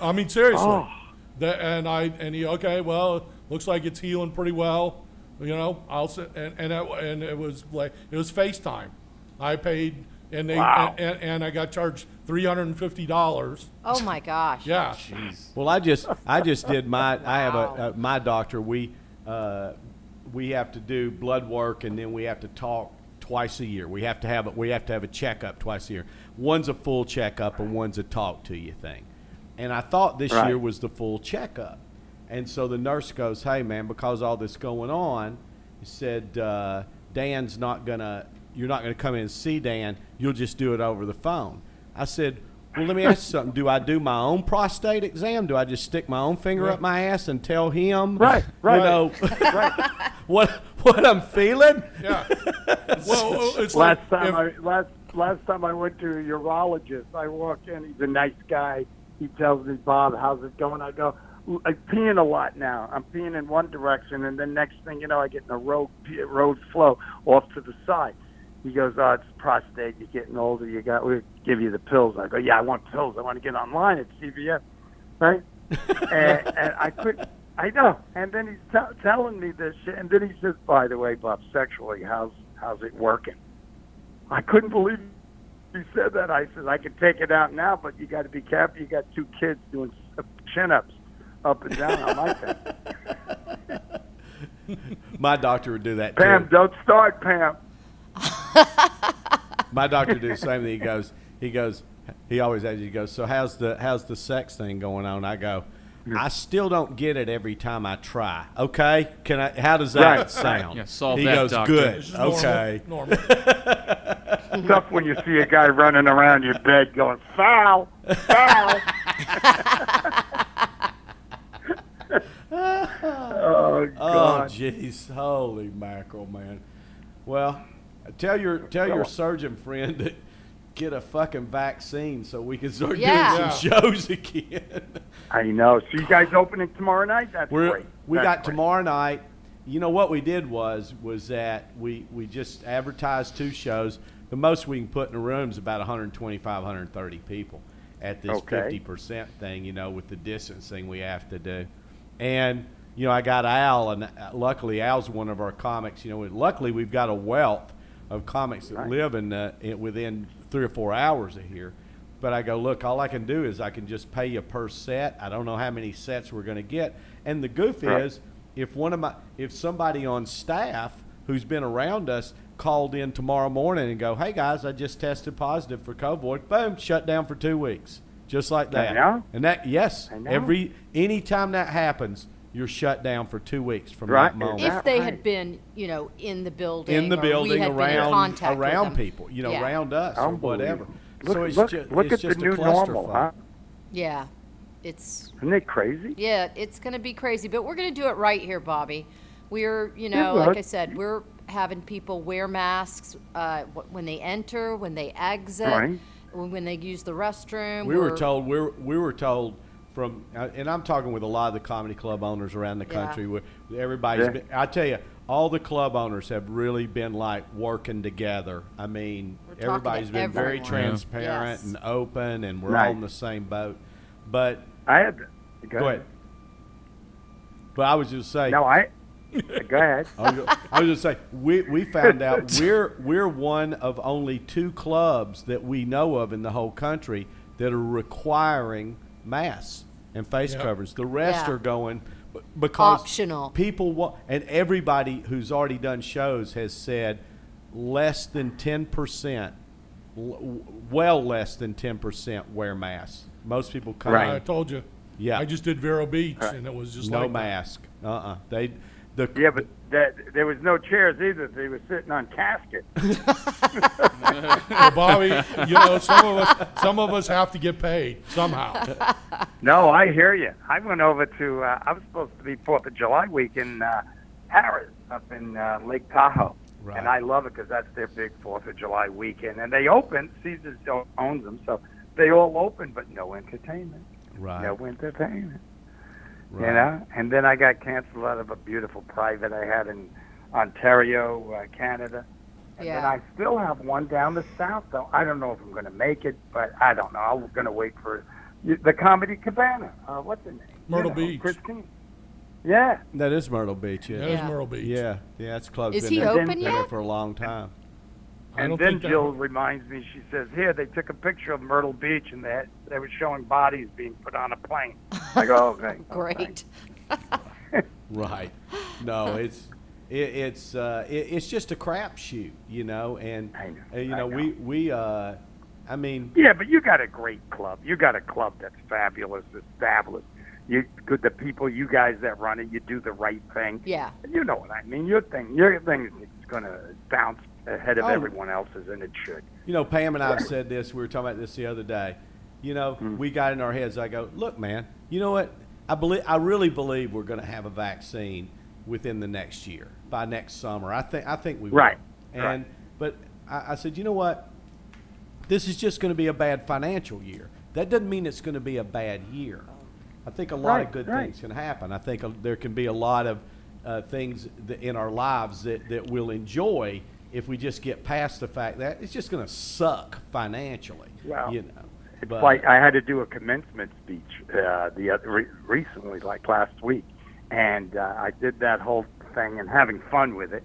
S5: I mean, seriously.
S9: Oh.
S5: The- and I and he, okay, well, looks like it's healing pretty well. You know, I'll sit, and and, I, and it was like it was FaceTime. I paid and they
S9: Wow.
S5: and, and, and I got charged three hundred and fifty dollars.
S4: Oh my gosh.
S5: Yeah,
S7: Jeez.
S3: Well, I just I just did my I have
S4: Wow.
S3: a, a my doctor. We uh, we have to do blood work and then we have to talk twice a year. We have to have a, we have to have a checkup twice a year. One's a full checkup and one's a talk to you thing. And I thought this
S9: Right.
S3: year was the full checkup. And so the nurse goes, "Hey man, because all this going on," he said, uh, "Dan's not gonna you're not gonna come in and see Dan. You'll just do it over the phone." I said, well, let me ask you
S9: *laughs*
S3: something. Do I do my own prostate exam? Do I just stick my own finger up my ass and tell him,
S9: Right, right.
S3: you know, *laughs* what what I'm feeling? *laughs*
S5: yeah. well, it's
S9: Last
S5: like
S9: time
S5: if-
S9: I last last time I went to a urologist, I walked in. He's a nice guy. He tells me, "Bob, how's it going?" I go, "Ooh, "I'm peeing a lot now. I'm peeing in one direction, and then next thing you know, I get in a road pee- road flow off to the side." He goes, "Oh, it's prostate. You're getting older. You got we give you the pills." I go, "Yeah, I want pills. I want to get online at CVS,
S5: *laughs*
S9: right?" and, and I couldn't. I know. And then he's t- telling me this shit. And then he says, "By the way, Bob, sexually, how's how's it working?" I couldn't believe he said that. I said, "I could take it out now, but you got to be careful. You got two kids doing s- chin-ups up and down on my thing."
S3: *laughs* My doctor would do that too.
S9: Pam, don't start, Pam.
S3: My doctor did the same thing. He goes, he goes, he always asks. He goes, so how's the how's the sex thing going on? I go, I still don't get it every time I try. Okay, can I? How does that
S9: Right.
S3: sound?
S7: Yeah, solve
S3: he
S7: that,
S3: goes,
S7: doctor.
S3: good.
S5: it's normal,
S3: Okay.
S5: Normal.
S9: Tough when you see a guy running around your bed going foul, foul. oh
S3: Oh,
S9: God!
S3: jeez, holy mackerel, man. Well, tell your tell your surgeon friend to get a fucking vaccine so we can start
S4: Yeah.
S3: doing some shows *laughs* again.
S9: I know. So you guys opening tomorrow night? That's
S3: We're,
S9: great.
S3: we
S9: That's
S3: got
S9: great.
S3: tomorrow night. You know what we did was was that we we just advertised two shows. The most we can put in a room is about 125, 130 people at this
S9: Okay.
S3: 50% thing, you know, with the distancing we have to do. And you know, I got Al and uh, luckily Al's one of our comics, you know, and luckily we've got a wealth of comics that live in, uh, in within 3 or 4 hours of here. But I go, look, all I can do is I can just pay you per set. I don't know how many sets we're going to get. And the goof is, if one of my, if somebody on staff who's been around us called in tomorrow morning and go, hey guys, I just tested positive for COVID, boom, shut down for two weeks, just like that.
S9: know.
S3: And that, yes,
S9: know.
S3: every any time that happens, you're shut down for two weeks from
S9: Right.
S3: that moment.
S4: If
S9: That
S4: they
S9: right.
S4: had been, you know, in the building,
S3: in the
S4: or we
S3: building,
S4: had been in
S3: around
S4: contact with
S3: around
S4: them.
S3: people, you know,
S4: yeah.
S3: around us or whatever.
S9: Unbelievable.
S3: So
S9: Look,
S3: it's
S9: look,
S3: ju-
S9: look
S3: it's
S9: at
S3: just a
S9: the new normal,
S3: clusterfuck.
S9: huh?
S4: Yeah, it's
S9: Isn't it crazy?
S4: yeah, it's gonna be crazy, but we're gonna do it right here, Bobby. We're you know,
S9: well,
S4: like I said, we're having people wear masks uh, wh- when they enter, when they exit,
S9: Right.
S4: when when they use the restroom.
S3: We were
S4: we're-
S3: told we were, we were told from uh, and I'm talking with a lot of the comedy club owners around the
S4: Yeah.
S3: country where everybody's
S9: Yeah.
S3: been, I tell you all the club owners have really been like working together. I mean
S4: We're talking to
S3: everybody's been very
S4: everyone. Yeah.
S3: transparent
S4: Yes.
S3: and open and we're all
S9: Right.
S3: in the same boat. But
S9: I had. Go,
S3: go ahead. But I was just saying *laughs*
S9: No, I. go ahead.
S3: I was, I was just saying, we, we found out
S9: *laughs*
S3: we're we're one of only two clubs that we know of in the whole country that are requiring masks and face
S5: Yeah.
S3: covers. The rest
S4: Yeah.
S3: are going b- because
S4: Optional.
S3: people want, and everybody who's already done shows has said less than ten percent, well less than ten percent wear masks. Most people come
S9: Right.
S3: in
S5: I told you.
S3: Yeah.
S5: I just did Vero Beach, and it was just
S3: no
S5: like that.
S3: mask. Uh uh They the
S9: Yeah, but that, there was no chairs either. They were sitting on caskets.
S5: Well,
S3: *laughs*
S5: Bobby, you know, some of us, some of us have to get paid somehow.
S9: No, I hear you. I went over to. Uh, I was supposed to be Fourth of July week in uh, Paris, up in uh, Lake Tahoe,
S3: Right.
S9: and I love it because that's their big Fourth of July weekend, and they open. Caesars o- owns them, so they all open, but no entertainment.
S3: right.
S9: No entertainment.
S3: Right.
S9: You know. And then I got canceled out of a beautiful private I had in Ontario, uh, Canada. And then
S4: Yeah.
S9: I still have one down the south, though. I don't know if I'm going to make it, but I don't know. I'm going to wait for the Comedy Cabana. Uh, what's the name?
S5: Myrtle
S9: know,
S5: Beach.
S9: Christine. Yeah.
S3: That is Myrtle Beach.
S5: That
S3: Yeah.
S5: is
S4: Yeah.
S5: Myrtle Beach.
S3: Yeah, yeah, it's closed.
S4: Is
S3: Been
S4: he
S3: there-
S4: open
S3: been there
S4: *laughs* yet?
S3: for a long time?
S5: I
S9: And
S5: don't
S9: then
S5: think that-
S9: Jill reminds me, she says, Here, they took a picture of Myrtle Beach and they, had, they were showing bodies being put on a plane. I go, Okay.
S4: *laughs* Great.
S3: Right. No, it's it, it's uh, it, it's just a crapshoot, you know. And
S9: I know,
S3: uh, you know,
S9: I know.
S3: we we uh, I mean,
S9: Yeah, but you got a great club. You got a club that's fabulous, established. You good the people, you guys that run it, you do the right thing.
S4: Yeah.
S9: And you know what I mean. Your thing, your thing is going to bounce ahead of
S3: Oh.
S9: everyone else's, and it should.
S3: you know, Pam and I have said this. We were talking about this the other day. You know,
S9: Mm-hmm.
S3: we got in our heads. I go, look, man. You know what? I believe. I really believe we're going to have a vaccine within the next year, by next summer. I think. I think we will.
S9: Right.
S3: And
S9: Right.
S3: but I, I said, you know what? This is just going to be a bad financial year. That doesn't mean it's going to be a bad year. I think a lot of
S9: Right,
S3: good
S9: right.
S3: things can happen. I think uh, there can be a lot of uh, things that in our lives that, that we'll enjoy if we just get past the fact that it's just going to suck financially.
S9: Well,
S3: you know,
S9: It's
S3: But-
S9: like I had to do a commencement speech uh, the other, re- recently, like last week, and uh, I did that whole thing and having fun with it.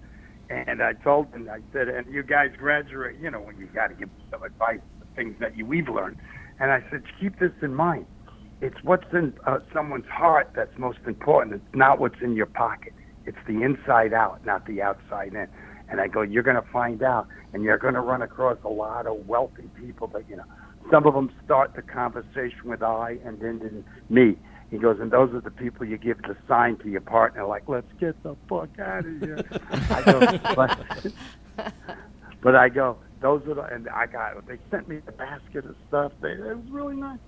S9: And I told them, I said, and you guys graduate, you know, when you got to give some advice, the things that you we've learned. And I said, keep this in mind. It's what's in uh, someone's heart that's most important. It's not what's in your pocket. It's the inside out, not the outside in. And I go, you're going to find out, and you're going to run across a lot of wealthy people that, you know, some of them start the conversation with I and then in me. He goes, and those are the people you give the sign to your partner, like, let's get the fuck out of here. I go, *laughs* but, but I go, those are the, and I got, they sent me a basket of stuff. They, it was really nice.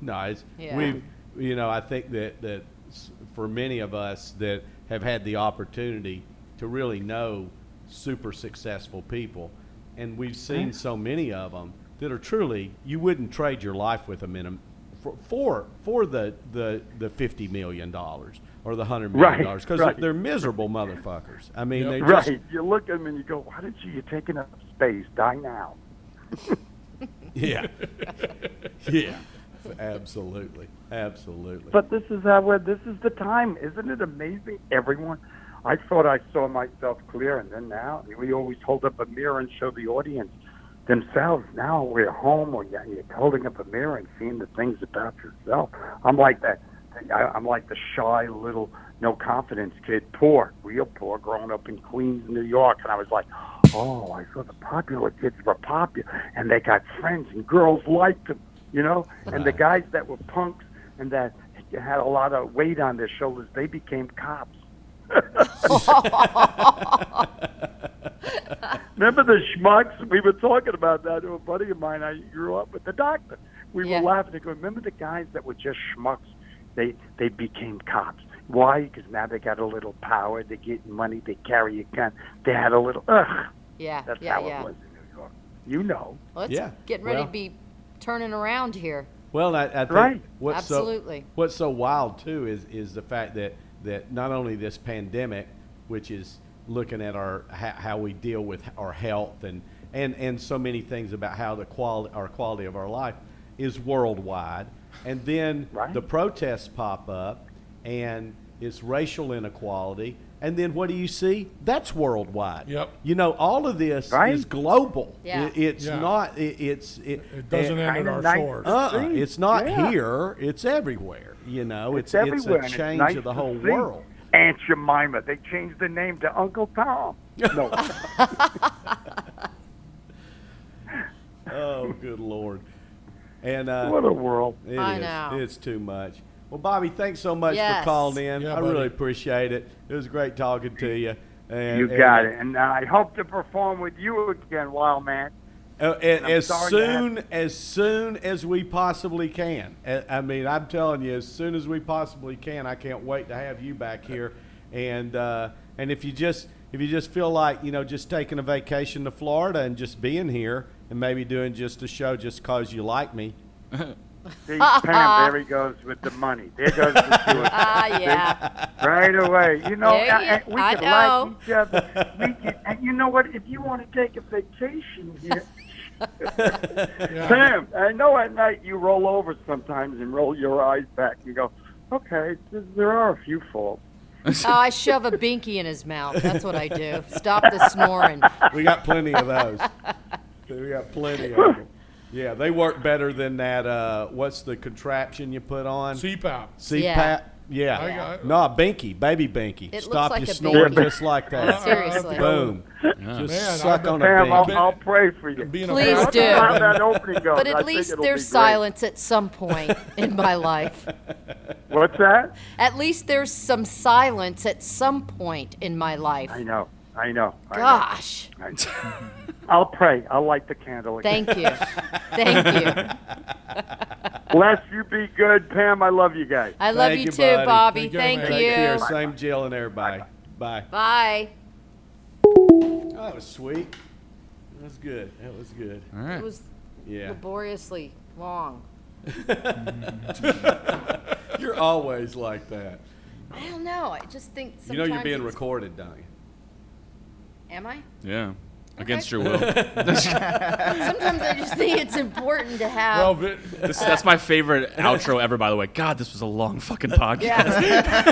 S3: No, it's
S4: Yeah.
S3: we've you know I think that that s- for many of us that have had the opportunity to really know super successful people, and we've seen so many of them that are truly you wouldn't trade your life with them in 'em for for, for the, the the fifty million dollars or the hundred million
S9: Right,
S3: dollars because
S9: right.
S3: they're miserable motherfuckers. I mean,
S5: Yep.
S9: *laughs*
S3: they just
S9: Right. You look at them and you go, why did you, you're taking up space. Die now.
S3: yeah
S9: *laughs*
S3: yeah absolutely absolutely.
S9: But this is how we're, this is the time. Isn't it amazing? Everyone, I thought I saw myself clear, and then now we always hold up a mirror and show the audience themselves. Now we're home, or you're you're holding up a mirror and seeing the things about yourself. I'm like that. I, I'm like the shy little no confidence kid, poor, real poor, growing up in Queens, New York, and I was like. Oh, I saw the popular kids were popular, and they got friends, and girls liked them, you know. And the guys that were punks and that had a lot of weight on their shoulders, they became
S4: *laughs*
S9: cops. Remember the schmucks? We were talking about that to a buddy of mine. I grew up with the doctor. We
S4: Yeah.
S9: were laughing. and going, Remember the guys that were just schmucks? They they became cops. Why? Because now they got a little power. They get money. They carry a gun. They had a little. Ugh.
S4: Yeah.
S9: That's
S4: yeah.
S9: how
S4: Yeah.
S9: it was in New York. You know.
S4: Well, it's
S3: Yeah,
S4: getting ready
S3: well.
S4: to be turning around
S9: *laughs*
S4: here.
S3: Well, I, I think
S9: Right.
S3: what's
S4: Absolutely.
S3: So, what's so wild too is is the fact that that not only this pandemic, which is looking at our how, how we deal with our health and and and so many things about how the quality our quality of our life is worldwide, and then
S9: Right.
S3: the protests pop up, and it's racial inequality, and then what do you see? That's worldwide.
S5: Yep.
S3: You know, all of this
S9: Right.
S3: is global.
S4: Yeah.
S3: It- it's
S5: Yeah.
S3: not. It, it's it,
S5: It doesn't end at
S9: Kinda
S5: our
S9: nice.
S5: shores.
S3: uh-uh.
S9: see.
S3: It's not
S9: Yeah.
S3: here. It's everywhere. You know, it's
S9: It's everywhere.
S3: It's a
S9: and
S3: change
S9: it's nice
S3: of the
S9: to
S3: whole
S9: see.
S3: world.
S9: Aunt Jemima. They changed the name to Uncle Tom.
S3: *laughs*
S9: No.
S3: Oh, good lord! And uh,
S9: what a world.
S3: it
S4: I
S3: is.
S4: know.
S3: It's too much. Well, Bobby, thanks so much
S4: Yes.
S3: for calling in.
S5: Yeah,
S3: I really
S5: buddy.
S3: appreciate it. It was great talking to you. And,
S9: You got it. And uh, I hope to perform with you again, Wild Man.
S3: Uh, and
S9: I'm
S3: as
S9: sorry to have-
S3: soon as soon as we possibly can. Uh, I mean, I'm telling you, as soon as we possibly can. I can't wait to have you back here. And uh, and if you just if you just feel like you know just taking a vacation to Florida and just being here and maybe doing just a show just cause you like me.
S4: *laughs*
S9: See, Pam, there he goes with the money. There goes the Jewish.
S4: Ah, yeah.
S9: Right away. You know,
S4: There you-
S9: and- and we
S4: I
S9: can
S4: know.
S9: like each other. We can, and you know what? If you want to take a vacation here,
S5: Yeah.
S9: Pam, I know at night you roll over sometimes and roll your eyes back. You go, okay, there are a few faults.
S4: Oh, I shove a binky in his mouth. That's what I
S9: *laughs*
S4: do. Stop the snoring.
S9: Oh,
S3: We got plenty of those. we got plenty of them. Yeah, they work better than that. Uh, what's the contraption you put on?
S5: CPAP.
S3: CPAP.
S4: Yeah.
S3: Yeah. yeah.
S5: I got-
S3: Nah, binky, baby binky.
S4: It looks
S3: Stop
S4: like
S3: your
S4: a
S3: snoring
S4: binky.
S3: just like that.
S4: *laughs* Seriously.
S3: Boom. Just
S5: Man,
S3: suck
S5: I've
S3: on a
S9: Pam,
S3: binky.
S9: I'll, I'll pray for you.
S5: Being
S4: Please
S5: a
S9: Let's see
S4: do.
S9: how that opening goes.
S4: But
S9: I
S4: at
S9: think
S4: least
S9: it'll
S4: there's
S9: be great.
S4: silence at some point in my life.
S9: What's that?
S4: At least there's some silence at some point in my life.
S9: I know. I know. I know.
S4: Gosh.
S9: I will pray. I'll light the candle again.
S4: Thank you. Thank
S9: *laughs*
S4: you.
S9: Bless you. Be good, Pam. I love you guys.
S4: I love
S3: Thank
S4: you,
S3: you,
S4: too,
S3: buddy.
S4: Bobby.
S5: Take care,
S4: Thank
S5: man.
S4: you.
S3: Take care. Same Jill and everybody. Bye.
S4: Bye.
S3: Oh, that was sweet. That was good. That was good.
S7: All right.
S4: It was
S3: Yeah.
S4: laboriously long.
S3: *laughs* You're always like that.
S4: I don't know. I just think sometimes
S3: You know you're being
S4: it's-
S3: recorded, don't you?
S4: Am I?
S7: Yeah. Against your will. this,
S4: *laughs* Sometimes I just think it's important to have.
S5: well, vi-
S7: that's my
S4: *laughs*
S7: favorite outro ever, by the way. God, this was a long fucking podcast. *laughs*
S4: yeah.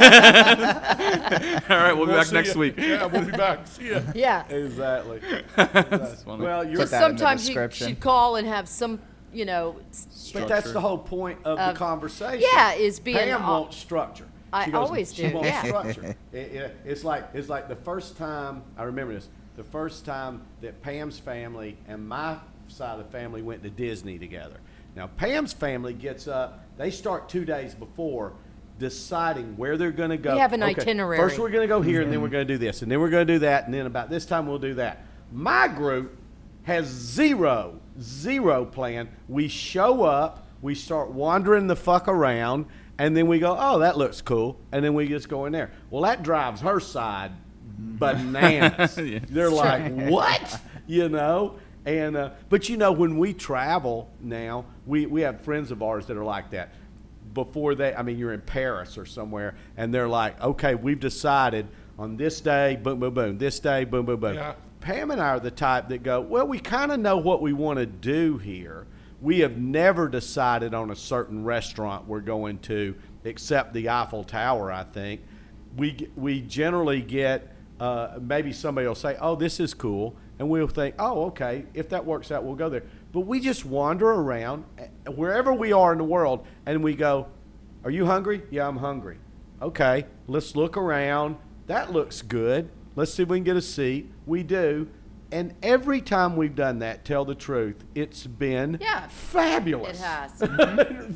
S7: All right, we'll be
S5: we'll
S7: back
S5: see
S7: next
S5: ya.
S7: week.
S5: Yeah, we'll be back. See ya.
S4: yeah.
S3: *laughs* Exactly.
S7: funny.
S3: well, you're
S4: So
S6: that in the
S4: sometimes you
S6: description.
S4: should call and have some, you know, s-
S3: But that's the whole point of the
S4: Of-
S3: conversation.
S4: yeah, is being
S3: Pam
S4: all-
S3: wants structure.
S4: I
S3: She goes,
S4: always
S3: she
S4: do,
S3: Wants
S4: yeah. *laughs*
S3: structure. It- it- it's like it's like the first time I remember this. The first time that Pam's family and my side of the family went to Disney together. Now Pam's family gets up. They start two days before. Deciding where they're going to go.
S4: We have an
S3: Okay,
S4: itinerary.
S3: First, we're going to go here, and then we're going to do this, and then we're going to do that, and then about this time we'll do that. My group has zero, zero plan. We show up, we start wandering the fuck around, and then we go, oh, that looks cool. And then we just go in there. Well, that drives her side bananas.
S7: Yeah.
S3: They're like, what? You know? And, uh, but you know, when we travel now, we, we have friends of ours that are like that. Before they, I mean, you're in Paris or somewhere, and they're like, okay, we've decided on this day, boom, boom, boom, this day, boom, boom, boom.
S5: Yeah.
S3: Pam and I are the type that go, well, we kind of know what we want to do here. We have never decided on a certain restaurant we're going to, except the Eiffel Tower, I think. We, g- we generally get, uh, maybe somebody will say, oh, this is cool. And we'll think, oh, okay, if that works out, we'll go there. But we just wander around eh, wherever we are in the world and we go, are you hungry? Yeah, I'm hungry. Okay, let's look around. That looks good. Let's see if we can get a seat. We do. And every time we've done that, tell the truth, it's been
S4: Yeah. it
S3: fabulous.
S4: has.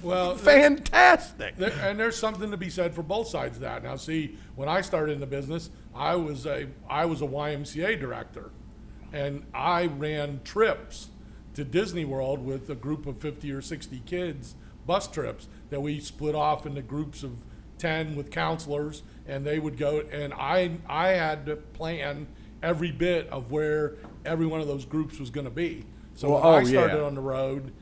S5: Well,
S3: Fantastic.
S5: There, and there's something to be said for both sides of that. Now, see, when I started in the business, I was a I was a YMCA director, and I ran trips to Disney World with a group of 50 or 60 kids, bus trips that we split off into groups of 10 with counselors, and they would go. And I I had to plan every bit of where every one of those groups was going to be. So
S3: Well,
S5: when I
S3: oh,
S5: started
S3: yeah.
S5: on the road,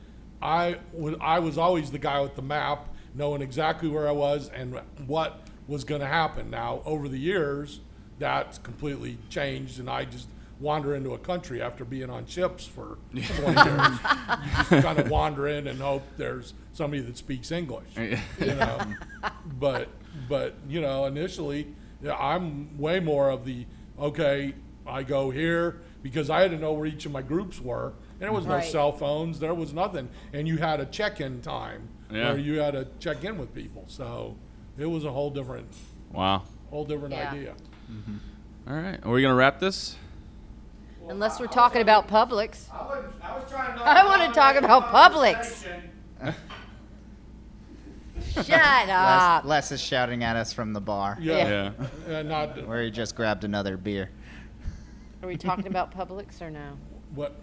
S5: I was I was always the guy with the map, knowing exactly where I was and what was going to happen. Now, over the years, that's completely changed, and I just wander into a country after being on ships for 20 years. you just kind of wander in and hope there's somebody that speaks English. You know, but but you know, initially, yeah, I'm way more of the okay. I go here because I had to know where each of my groups were, and there was no
S4: Right.
S5: cell phones, there was nothing, and you had a check-in time
S7: Yeah.
S5: where you had to check in with people. So it was a whole different,
S7: Wow.
S5: whole different
S4: Yeah.
S5: idea.
S7: All right. Are we going to wrap this?
S4: Unless we're talking about Publix.
S3: I was, I was
S4: *laughs*
S3: trying to
S4: I wanna talk about Publix. *laughs* Shut
S6: Les,
S4: up.
S6: *laughs* Les is shouting at us from the bar,
S5: Yeah,
S7: Yeah.
S5: Uh, not
S6: where he just grabbed another beer.
S4: Are we talking about Publix or no?
S5: what.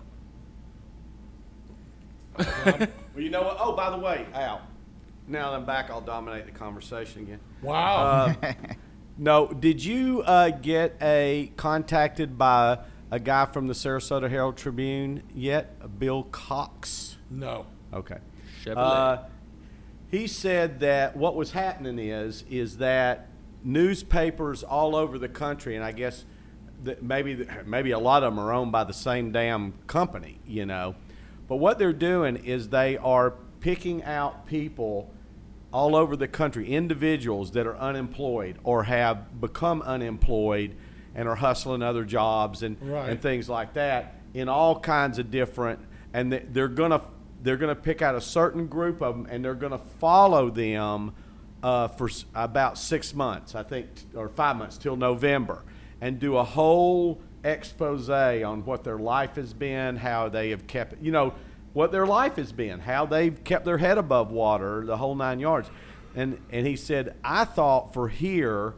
S3: Well, you know what? Oh, by the way, Al, now that I'm back, I'll dominate the conversation again. Uh,
S5: Wow.
S3: No, did you uh, get a contacted by a guy from the Sarasota Herald Tribune yet? Bill Cox.
S5: no.
S3: Okay.
S7: Chevrolet.
S3: Uh, he said that what was happening is is that newspapers all over the country, and I guess that maybe the- maybe a lot of them are owned by the same damn company, you know. But what they're doing is they are picking out people all over the country, individuals that are unemployed or have become unemployed and are hustling other jobs and,
S5: Right.
S3: and things like that in all kinds of different, and they- they're gonna they're gonna pick out a certain group of them and they're gonna follow them uh, for s- about six months, I think, t- or five months till November, and do a whole expose on what their life has been, how they have kept, you know, what their life has been, how they've kept their head above water, the whole nine yards. And and he said, I thought for here,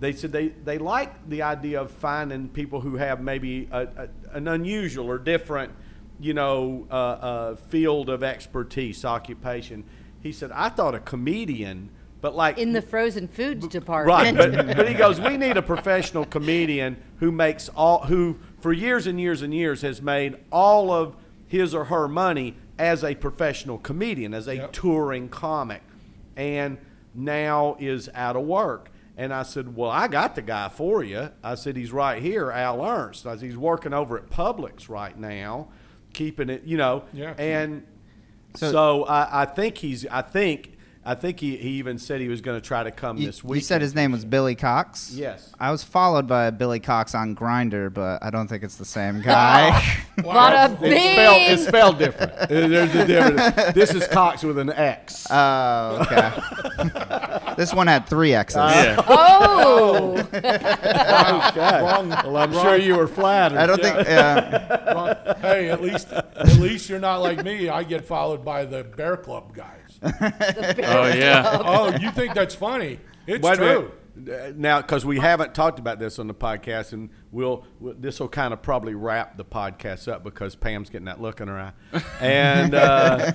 S3: they said they, they like the idea of finding people who have maybe a, a, an unusual or different, you know, uh, uh, field of expertise, occupation. He said, I thought a comedian, but like
S4: in the frozen foods
S3: Right,
S4: department.
S3: but, but he goes, we need a professional comedian who makes all, who for years and years and years has made all of his or her money as a professional comedian, as a
S5: Yep.
S3: touring comic, and now is out of work. And I said, well, I got the guy for you. I said, he's right here, Al Ernst. I said, he's working over at Publix right now, keeping it, you know,
S5: Yeah.
S3: and so,
S6: So-
S3: I, I think he's, I think. I think he, he even said he was going to try to come
S6: You,
S3: this
S6: you
S3: week.
S6: said his name was Billy Cox.
S3: Yes.
S6: I was followed by Billy Cox on Grinder, but I don't think it's
S3: *laughs*
S6: the same
S3: Oh.
S6: guy.
S4: Bada
S5: Wow.
S3: It's spelled,
S4: bing!
S3: Oh, it's spelled different. Uh, There's a difference. This is Cox with an X.
S6: *laughs* Oh, okay. *laughs* this one had three X's.
S3: Uh,
S7: Yeah.
S4: *laughs* Oh,
S3: *laughs* okay. Well, I'm sure you were flattered.
S6: I don't think. Uh,
S5: Well, hey, at least at least you're not like me. I get followed by the Bear Club
S3: *laughs*
S5: guys.
S7: Oh
S5: *laughs*
S7: yeah.
S5: Oh, you think that's funny? It's
S3: Wait a
S5: true.
S3: minute. Uh, Now, because we haven't talked about this on the podcast, and we'll, we this will kind of probably wrap the podcast up because Pam's getting that look in her eye. And uh,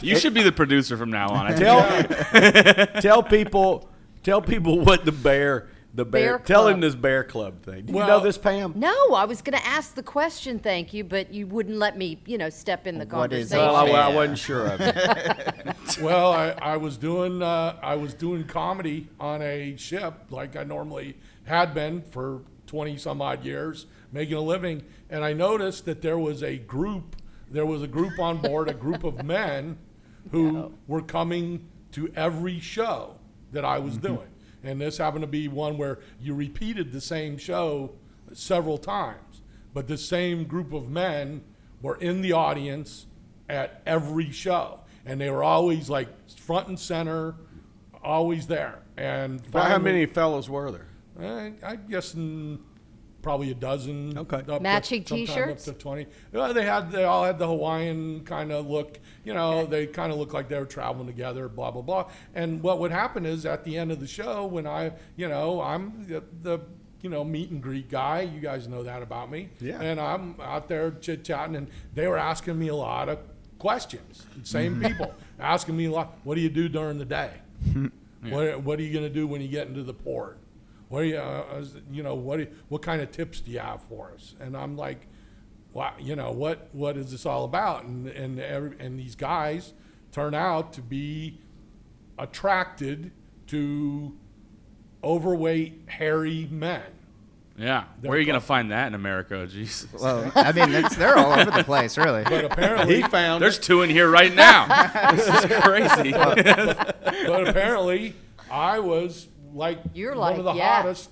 S7: You should be the producer from now on. I think.
S3: tell *laughs* tell people tell people what the bear the bear,
S4: Bear
S3: tell
S4: Club.
S3: him this bear club thing. Do you know
S5: Well-
S3: this, Pam?
S4: no, I was going to ask the question, thank you, but you wouldn't let me, you know, step in the
S6: What is
S4: conversation.
S6: it?
S3: Well, I, I
S6: Yeah.
S3: wasn't sure of
S6: *laughs*
S3: it.
S5: *laughs* Well, I, I was doing uh, I was doing comedy on a ship like I normally had been for twenty some odd years, making a living, and I noticed that there was a group there was a group on board, a group of men who were coming to every show that I was doing. And this happened to be one where you repeated the same show several times, but the same group of men were in the audience at every show. And they were always like front and center, always there. And
S3: Well, how
S5: finally-
S3: many fellows were *laughs* there?
S5: Eh, I guess mm, probably a dozen.
S3: Okay.
S5: up to-
S4: Matching
S5: sometime
S4: t-shirts?
S5: Up to twenty. Well, they had. They all had the Hawaiian kind of look. You know, they kind of looked like they were traveling together. Blah blah blah. And what would happen is at the end of the show, when I, you know, I'm the, the you know meet and greet guy. You guys know that about me.
S3: Yeah.
S5: And I'm out there chit chatting, and they were asking me a lot of questions. Same people asking me a lot. What do you do during the day? What, what are you going to do when you get into the port? What are you, uh, is- you know, what, do- what kind of tips do you have for us? And I'm like, wow, you know, what, what is this all about? And, and, every, and these guys turn out to be attracted to overweight, hairy men.
S7: Yeah. Where are you gonna find that in America? Jesus.
S3: *laughs*
S6: well, I mean, it's, they're all over the place, really.
S5: But apparently,
S3: found
S7: There's two in here right now. this is crazy.
S4: *laughs*
S5: but apparently, I was like
S4: You're
S5: one
S4: like,
S5: of the
S4: yeah. *laughs*
S5: hottest,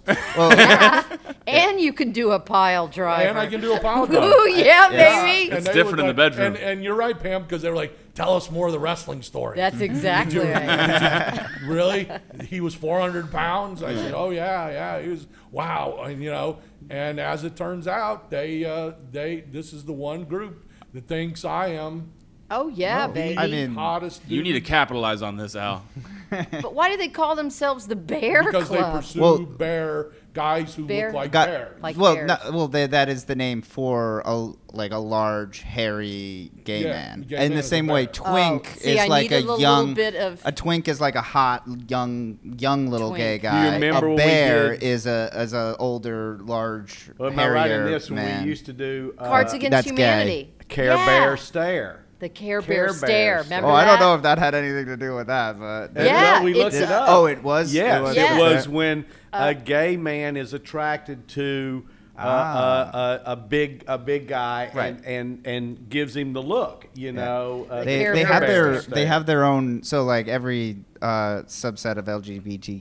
S4: And you can do a pile driver.
S5: and I can do a power drive.
S4: *laughs* Ooh, yeah, baby.
S5: And
S7: It's
S5: they
S7: different
S5: were
S7: in the
S5: like-
S7: bedroom.
S5: And, and you're right, Pam, because they were like, tell us more of the wrestling story.
S4: That's exactly right.
S5: really? He was 400 pounds? I said, oh, yeah, yeah. He was, wow. And, you know, and as it turns out, they, uh, they, this is the one group that thinks I am
S4: Oh yeah,
S5: the
S4: baby.
S6: I mean-
S5: hottest dude
S7: You need to capitalize on this, Al.
S4: but why do they call themselves the Bear
S5: because they
S4: Club?
S5: pursue
S6: Well-
S5: bear guys who
S4: Bear-
S5: look like
S6: Got-
S5: bears.
S4: Like
S6: well,
S4: bears.
S6: no, well, they, that is the name for a like a large, hairy gay
S5: Yeah,
S6: man.
S5: gay
S6: In
S5: man
S6: the
S5: is a
S6: same way,
S5: bear.
S6: twink
S4: Oh, see,
S6: is
S4: I
S6: like
S4: needed
S6: a
S4: a little
S6: young.
S4: bit of-
S6: a twink is like a hot young, young little gay
S4: Twink.
S6: guy.
S3: remember
S6: a
S3: when we
S6: bear
S3: did-
S6: is a is a older, large,
S3: Well, am I
S6: hairier
S3: right in this
S6: man.
S3: when we used to do uh,
S4: Cards Against
S6: that's gay.
S4: Humanity.
S3: Care
S4: Yeah.
S3: Bear stare?
S4: The
S3: Care
S4: Care, Bear,
S3: Bear
S4: stare.
S3: stare.
S4: Remember
S6: oh, I don't
S4: that?
S6: know if that had anything to do with that, but
S3: And
S4: Yeah,
S3: well, we looked
S4: it's
S3: it
S4: a-
S3: up.
S6: oh, it was. Uh,
S3: Yes,
S4: Yeah.
S3: it was when a gay man is attracted to. uh,
S6: Ah.
S3: uh, a, a big a big guy and, and and gives him the look. You know, uh,
S6: they,
S4: Care
S6: they have
S4: Bears
S6: their
S4: and
S6: they have their own so like every uh, subset of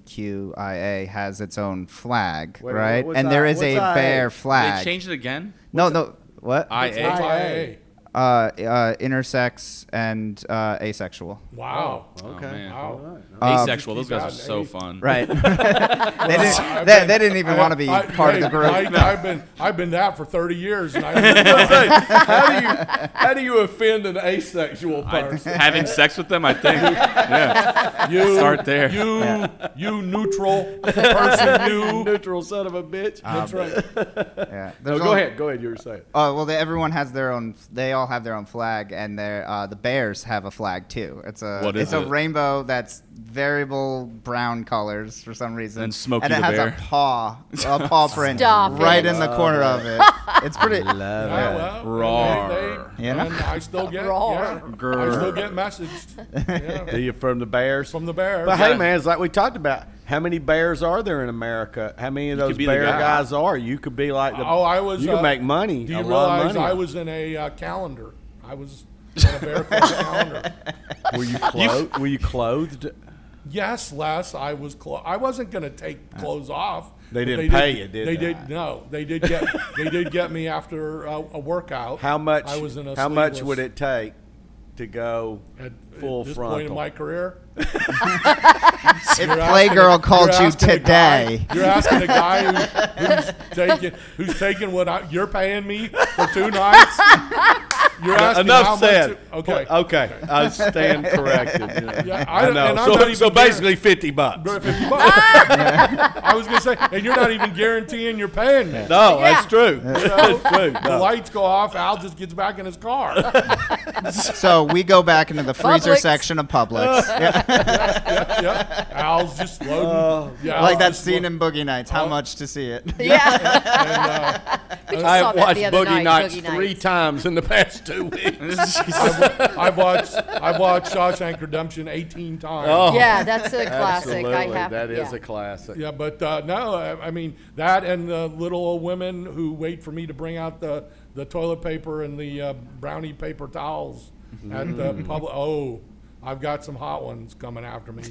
S6: LGBTQIA has its own flag,
S3: Wait,
S6: right?
S3: what's
S6: And there
S3: I-
S6: is a
S3: what's I-
S6: bear
S7: They
S6: flag.
S7: changed it again.
S6: no, no, what?
S7: IA.
S5: IA.
S6: uh, uh, intersex and uh, asexual.
S5: Wow.
S6: Oh,
S7: Okay.
S5: Wow.
S7: Oh, Asexual. Those guys are so fun.
S6: Right. *laughs* they, didn't,
S5: I've
S6: they,
S5: been-
S6: they didn't even
S5: I-
S6: want to be
S5: I-
S6: part
S5: hey,
S6: of the group. *laughs*
S5: Mike, I've been I've been that for 30 years. And I, *laughs*
S3: Hey, how do you how do you offend an asexual
S7: I,
S3: person?
S7: having sex with them, I think. yeah.
S5: you
S7: Start there.
S5: You you neutral person. You.
S3: *laughs*
S5: Ah,
S3: Neutral son of a bitch.
S5: That's right.
S6: yeah.
S3: No,
S6: There's
S3: go
S6: only-
S3: ahead. Go ahead. You were saying.
S6: Uh, well, they, everyone has their own. They all have their own flag, and their uh, the Bears have a flag too. It's a
S7: What is
S6: it's a
S7: it?
S6: rainbow that's variable brown colors for some reason,
S7: And Smokey
S6: and it
S7: the
S6: has
S7: Bear.
S6: a paw, a paw print
S4: Stop it.
S6: right in the corner of it. It's pretty.
S5: Yeah, Ah, well,
S7: Rawr.
S5: They, they,
S6: You know?
S5: and I still get yeah,
S4: Rawr.
S5: I still get messaged *laughs* yeah,
S3: Do you from the Bears?
S5: from the Bears.
S3: But hey, man, it's like we talked about. How many bears are there in America? How many of those
S7: could be the
S3: bear
S7: guy.
S3: guys are? You could be like the.
S5: Oh, I was.
S3: You could
S5: uh,
S3: make money.
S5: Do you
S3: a lot
S5: realize
S3: of money.
S5: I was in a uh, calendar? I was in a bear
S3: *laughs*
S5: Claw calendar.
S3: Were
S5: *laughs*
S3: you clothed? were you clothed?
S5: Yes, Les, I was. Clo- I wasn't going to take clothes off.
S3: They
S5: but
S3: didn't pay you, did
S5: they?
S3: they?
S5: did no. They did get. they did get me after uh, a, a workout.
S3: How much?
S5: I was in a
S3: how much
S5: sleeveless-
S3: would it take to go
S5: at,
S3: full
S5: at this
S3: frontal?
S5: point in my
S6: *laughs*
S5: career?
S6: If Playgirl called
S5: You're
S6: you
S5: asking a
S6: today,
S5: guy- *laughs* you're asking a guy
S6: *laughs*
S5: who, who's taking who's taking what I, you're paying me for two nights. You're asking how
S3: Enough said.
S5: Much, okay.
S3: Okay.
S5: *laughs*
S3: I stand corrected. Yeah. *laughs*
S5: Yeah,
S3: I,
S5: I, don't-
S3: know.
S5: And I'm
S3: so
S5: not
S3: so
S5: even guar-
S3: basically, fifty bucks.
S5: Bro, 50 bucks.
S6: *laughs*
S5: I was gonna say, and you're not even guaranteeing you're paying me.
S3: No,
S4: Yeah.
S3: that's true. That's true.
S5: The
S3: No.
S5: lights go off. Al just gets back in his
S3: *laughs*
S5: car.
S6: so we go back into the freezer
S4: Publix.
S6: section of Publix, Yeah,
S5: yep. Al's just loading.
S3: Oh,
S5: yeah, Al's
S6: like that
S5: just
S6: scene
S5: lo-
S6: in Boogie Nights. How much to see it?
S4: *laughs*
S3: *laughs*
S4: Yeah.
S5: uh,
S6: *laughs*
S4: we just
S3: I
S4: saw
S3: have
S4: that
S3: watched
S4: the other
S3: Boogie
S4: night.
S3: Nights
S4: Boogie
S3: three
S4: Nights.
S3: times in the past
S4: *laughs*
S3: two weeks.
S5: I've watched. I've watched Shawshank Redemption 18 times.
S3: Oh.
S4: Yeah, that's a classic. I
S3: Absolutely,
S4: have.
S3: that is
S4: yeah.
S3: a classic.
S5: Yeah, but uh, no, I, I mean that and the little old women who wait for me to bring out the, the toilet paper and the uh, brownie paper towels
S7: Mm-hmm.
S5: at the public. Oh, I've got some hot ones coming
S7: *laughs*
S5: after me.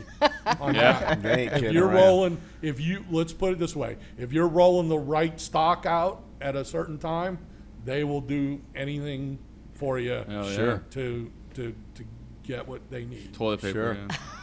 S5: On that.
S3: They ain't
S5: If
S3: kidding
S5: you're
S3: around.
S5: rolling, if you let's put it this way, if you're rolling the right stock out at a certain time, they will do anything for you
S7: Oh, yeah. Sure.
S5: to to to get what they need.
S7: Toilet paper.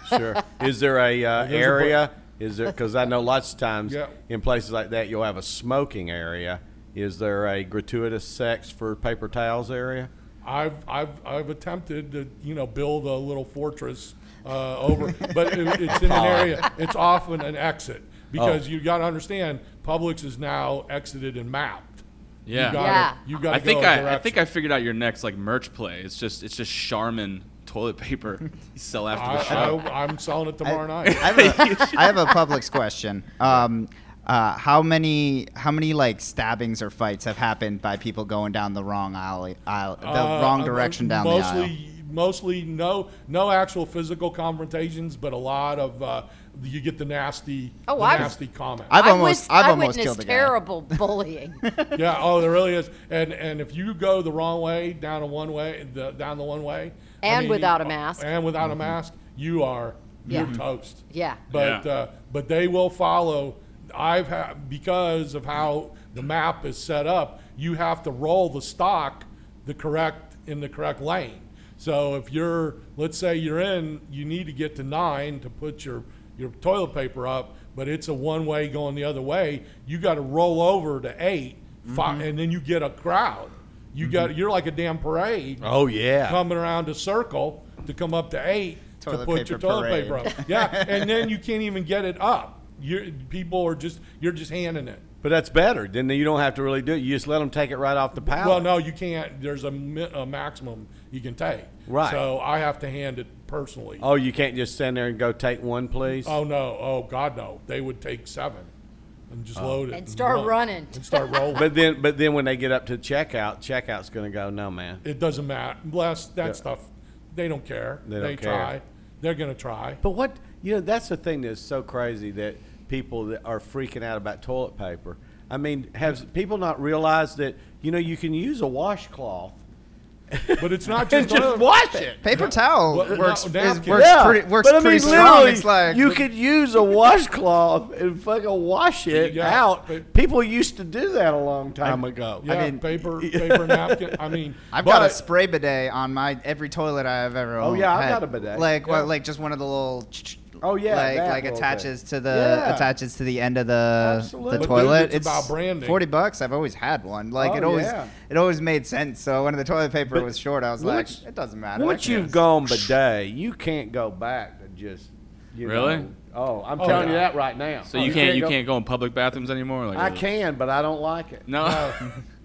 S3: Sure.
S7: yeah.
S3: Sure. Is there a uh,
S5: there's a bu-
S3: area? Is there? Because I know lots of times
S5: Yeah.
S3: in places like that you'll have a smoking area. Is there a gratuitous sex for paper towels area?
S5: I've I've I've attempted to you know build a little fortress uh, over, but it, it's in an area. It's often an exit because you got to understand Publix is now exited and mapped.
S7: Yeah.
S5: you gotta,
S4: Yeah.
S5: You gotta
S7: I think
S5: go a
S7: I, I think
S5: direction.
S7: I figured out your next like merch play. It's just it's just Charmin toilet paper you sell after the
S5: I,
S7: show.
S5: I, am selling it tomorrow
S6: I
S5: night.
S6: have a, I have a Publix question. Um, uh, how many how many like stabbings or fights have happened by people going down the wrong alley, aisle, the
S5: Uh,
S6: wrong direction down
S5: mostly,
S6: the aisle?
S5: Mostly no no actual physical confrontations, but a lot of uh, you get the nasty
S4: Oh,
S5: the
S4: I was-
S5: nasty comments.
S6: I've
S4: I
S6: almost
S4: wis-
S6: I've
S4: I
S6: almost
S4: witnessed
S6: killed a guy.
S4: terrible bullying.
S6: *laughs*
S5: *laughs* yeah. Oh, there really is. And and if you go the wrong way down a one way, the, down the one way, I
S4: And
S5: mean,
S4: without
S5: you-
S4: a mask.
S5: and without a mask, you are
S4: Yeah.
S5: you're toast.
S4: Yeah.
S5: But
S7: Yeah.
S5: uh, but they will follow. I've had because of how the map is set up. You have to roll the stock the correct in the correct lane. So if you're, let's say you're in, you need to get to nine to put your your toilet paper up, but it's a one way going the other way. You got to roll over to 8 fi- and then you get a crowd. You got you're like a damn parade
S3: Oh yeah.
S5: coming around a circle to come up to eight to
S6: Toilet
S5: put
S6: paper
S5: your toilet
S6: parade.
S5: paper up. Yeah, and then you can't even get it up. You're, people are just you're just handing it.
S3: But that's better. Then you don't have to really do it. You just let them take it right off the pallet.
S5: Well, no, you can't. There's a, mi- a maximum you can take.
S3: Right.
S5: So I have to hand it personally.
S3: Oh, you can't just stand there and go take one, please.
S5: Oh no! Oh God, no! They would take seven and just load it
S4: And start
S5: run-
S4: running.
S5: and
S4: *laughs*
S5: start rolling.
S3: But then, but then when they get up to checkout, checkout's going to go. No, man.
S5: it doesn't matter. Bless that stuff. They don't care.
S3: They don't care.
S5: try. They're gonna try.
S3: But what you know, that's the thing that's so crazy that people that are freaking out about toilet paper. I mean, have people not realized that you know you can use a washcloth
S5: But it's not
S3: and
S5: just,
S3: just wash it?
S6: Paper towel
S5: Well, no,
S6: works, is,
S5: napkin.
S6: works pretty works
S3: but I mean,
S6: pretty strong.
S3: literally,
S6: It's like
S3: you could use a washcloth and fucking wash it
S5: Yeah,
S3: out.
S5: but-
S3: people used to do that a long time ago.
S5: yeah,
S3: *laughs*
S6: mean-
S5: paper, paper napkin. I mean,
S6: I've got a
S5: but-
S6: spray bidet on my every toilet I've ever.
S3: Oh,
S6: owned-
S3: yeah, I've
S6: had.
S3: got a bidet.
S6: Like well, like just one of the little. ch- ch-
S3: Oh, yeah,
S6: like
S3: that
S6: like
S3: little
S6: attaches to the
S3: Yeah.
S6: attaches to the end of the
S3: Absolutely. But
S6: the
S3: dude,
S6: toilet.
S5: it's about branding.
S6: Forty bucks. I've always had one. Like
S3: Oh,
S6: it always
S3: yeah.
S6: it always made sense. So when the toilet paper
S3: But
S6: was short, I was
S3: once-
S6: like, it doesn't matter. I
S3: Once
S6: can
S3: you've
S6: just-
S3: gone bidet, you can't go back to just you
S7: Really?
S3: know- oh, I'm
S5: Oh,
S3: telling
S5: yeah.
S3: you that right now. Oh,
S7: So you can't you can't go in public bathrooms anymore. Like
S3: I can, but I don't like it. *laughs*
S7: No.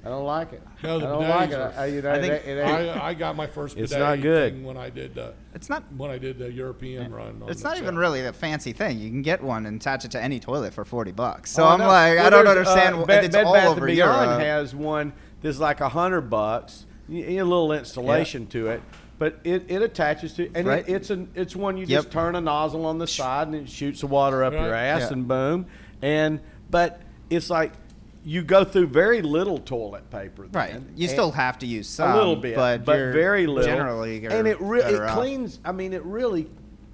S3: I don't like it.
S5: No, the
S3: I don't
S5: bidets
S3: like it.
S5: are-
S3: I, you know,
S6: I think-
S3: it, it, ain't-
S5: I, I got my first
S3: It's
S5: bidet
S3: not good.
S5: thing when I did uh,
S6: It's not.
S5: when I did the European run. On
S6: It's
S5: the
S6: not even
S5: show.
S6: really a fancy thing. You can get one and attach it to any toilet for forty bucks. So
S3: Oh, I
S6: I'm
S3: know.
S6: like,
S3: Well,
S6: I don't
S3: there's,
S6: understand.
S3: uh,
S6: wh-
S3: Bed-
S6: it's
S3: Bed
S6: all
S3: Bath
S6: over
S3: and Beyond
S6: Europe.
S3: has one that's like a hundred bucks, y- y- a little installation to it, but it, it attaches to and
S6: Right.
S3: it, it's an it's one you
S6: Yep.
S3: just turn a nozzle on the side and it shoots the water up your
S5: Right.
S3: ass
S6: Yeah.
S3: and boom, and but it's like you go through very little toilet paper.
S6: Right.
S3: then,
S6: You
S3: and-
S6: still have to use some,
S3: a little bit,
S6: but,
S3: but,
S6: you're
S3: very little.
S6: Generally, you're
S3: and it really
S6: better
S3: it
S6: off.
S3: cleans. I mean, it really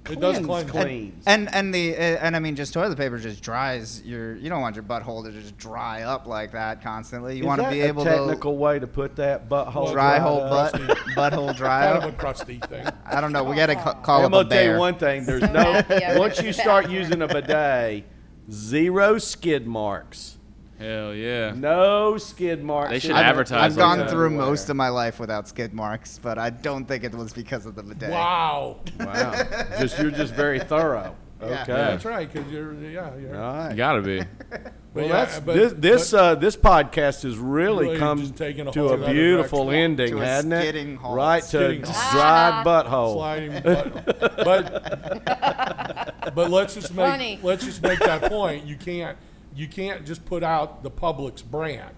S5: It does
S3: cleans,
S5: clean.
S3: cleans.
S6: And and the uh, and I mean, just toilet paper just dries your. You don't want your butthole to just dry up like that constantly. You
S3: Is
S6: want to
S3: that
S6: be
S3: a
S6: able
S3: technical way to put that butthole
S6: to dry
S3: dried
S6: hole
S3: up?
S6: butt *laughs* butthole dry
S5: Kind of a
S6: up.
S5: crusty
S6: *laughs*
S5: thing.
S6: I don't know. We gotta ca- call
S3: I'm
S6: up a
S3: gonna tell you
S6: bear.
S3: one thing.
S6: *laughs*
S3: There's
S4: So
S3: no
S4: happy I
S3: once
S4: went
S3: you
S4: to the
S3: start
S4: bathroom.
S3: using a bidet, zero skid marks.
S7: Hell yeah.
S3: No skid marks.
S7: They should
S3: I've-
S7: advertise
S6: I've
S7: like
S6: gone
S3: uh,
S7: that.
S6: through most of my life without skid marks, but I don't think it was because of the bidet.
S5: Wow.
S6: *laughs*
S3: Wow. Just you're just very thorough. Okay.
S6: Yeah.
S5: That's right, because you're, yeah. You're,
S3: All right.
S7: You gotta be.
S5: But
S3: Well,
S5: yeah,
S3: that's
S5: but-
S3: this this
S5: but-
S3: uh, this podcast has really,
S5: Really
S3: come
S5: just taking a
S3: to
S5: whole
S3: a
S5: other
S3: beautiful
S5: direction.
S3: ending,
S6: To a
S3: hasn't
S6: skidding
S3: it?
S6: halt.
S3: Right to
S5: Skidding halt.
S3: dried butthole.
S5: sliding button. but but let's just make
S4: Funny.
S5: let's just make that point. You can't you can't just put out the Publix brand.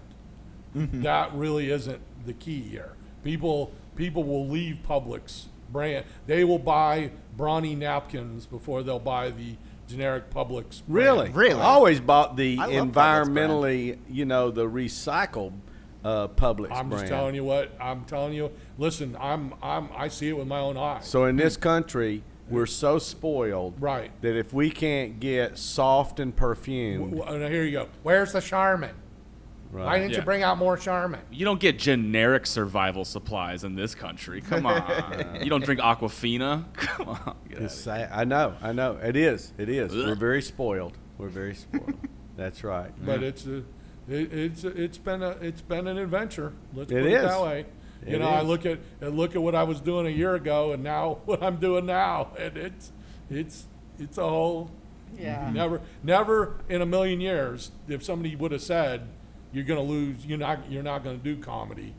S3: Mm-hmm.
S5: That really isn't the key here. People people will leave Publix brand. They will buy brawny napkins before they'll buy the generic Publix. brand.
S3: Really?
S6: Really?
S3: I always bought the
S6: I love Publix
S3: environmentally, you know, the recycled uh, Publix
S5: I'm
S3: brand.
S5: just telling you what I'm telling you. Listen, I'm I'm I see it with my own eyes.
S3: So in this country, we're so spoiled,
S5: Right.
S3: That if we can't get soft and perfumed,
S5: W- w- here you go. Where's the Charmin? Why
S3: right?
S5: didn't
S7: Yeah.
S5: you bring out more Charmin?
S7: You don't get generic survival supplies in this country. Come on. you don't drink Aquafina. Come on. Get out
S3: It's
S7: of
S3: sad. I know, I know. It is, it is. We're very spoiled. We're very
S6: *laughs*
S3: spoiled. That's right.
S5: but it's a, it, it's it's been a it's been an adventure. Let's
S3: It
S5: put it that
S3: is.
S5: way. You
S3: It
S5: know, I
S3: is.
S5: look at and look at what I was doing a year ago, and now *laughs* what I'm doing now, and it's it's it's a whole Mhm.
S4: Yeah.
S5: never never in a million years if somebody would have said you're gonna lose you're not you're not gonna do comedy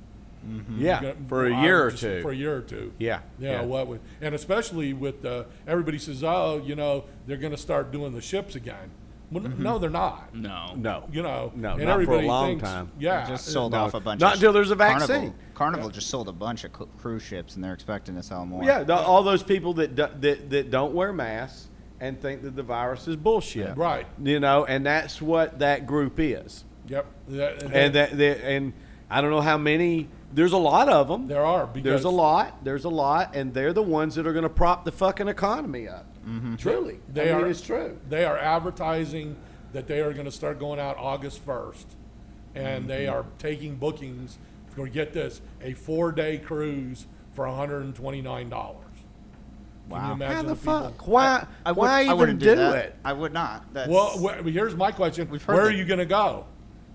S3: yeah,
S5: gonna-
S3: for a
S5: I
S3: year
S5: would
S3: or
S5: just-
S3: two.
S5: for a year or two
S3: Yeah,
S5: yeah,
S3: yeah.
S5: what would and especially with uh, everybody says oh you know they're gonna start doing the ships again well,
S3: Mm-hmm.
S5: n- no they're not
S7: here. No.
S3: no,
S5: you know,
S3: No,
S5: and
S3: not for a
S5: everybody
S3: long
S5: thinks,
S3: time.
S5: Yeah,
S6: just
S5: uh,
S6: sold
S3: no.
S6: off a bunch.
S3: Not
S6: of
S3: till there's a vaccine.
S6: Carnival, Carnival just sold a bunch of cru- cruise ships, and they're expecting to sell more.
S3: yeah. The, all those people that, do, that that don't wear masks and think that the virus is bullshit,
S5: Right.
S3: You know, and that's what that group is.
S5: Yep. That,
S3: and that, that and I don't know how many. There's a lot of them.
S5: There are,
S3: there's
S5: because-
S3: a lot. There's a lot, and they're the ones that are going to prop the fucking economy up.
S6: Mm-hmm.
S3: Truly,
S5: They
S3: I mean,
S5: are-
S3: It's true.
S5: they are advertising that they are going to start going out August first, and they are taking bookings for get this a four day cruise for one hundred and twenty nine dollars. Can you
S6: Wow.
S5: imagine
S3: How the
S5: people-
S3: fuck? Why?
S6: I would,
S3: why
S6: I
S3: even
S6: wouldn't
S3: do,
S6: that.
S3: it?
S6: I would not. That's,
S5: Well, wh- here's my question:
S6: We've heard
S5: Where are
S6: that-
S5: you going to go?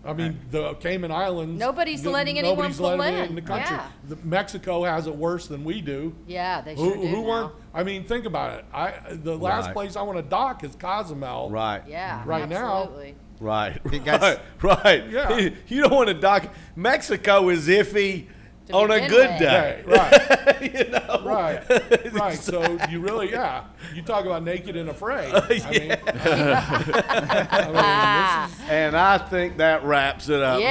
S5: I mean, the Cayman Islands.
S4: Nobody's
S5: n-
S4: letting anyone
S5: nobody's
S4: pull
S5: letting
S4: in.
S5: the country.
S4: Yeah.
S5: The- Mexico has it worse than we do.
S4: Yeah, they
S5: Who,
S4: sure do
S5: who
S4: now.
S5: weren't? I mean, think about it. I the last
S3: Right.
S5: place I want to dock is Cozumel.
S3: Right.
S4: Yeah,
S5: Right now-
S4: absolutely.
S3: Right.
S6: It
S3: Right.
S6: got-
S3: *laughs* right.
S5: Yeah.
S3: *laughs* You don't want to dock. Mexico is iffy
S4: To
S3: on a
S4: begin
S3: good
S4: with.
S3: day.
S5: Right. Right.
S3: *laughs* you know. *laughs*
S5: right. right. So you really, yeah. You talk about naked and
S3: *laughs*
S5: afraid. I mean, *laughs*
S4: *laughs*
S5: I mean, this is-
S3: And I think that wraps it up,
S4: Yeah.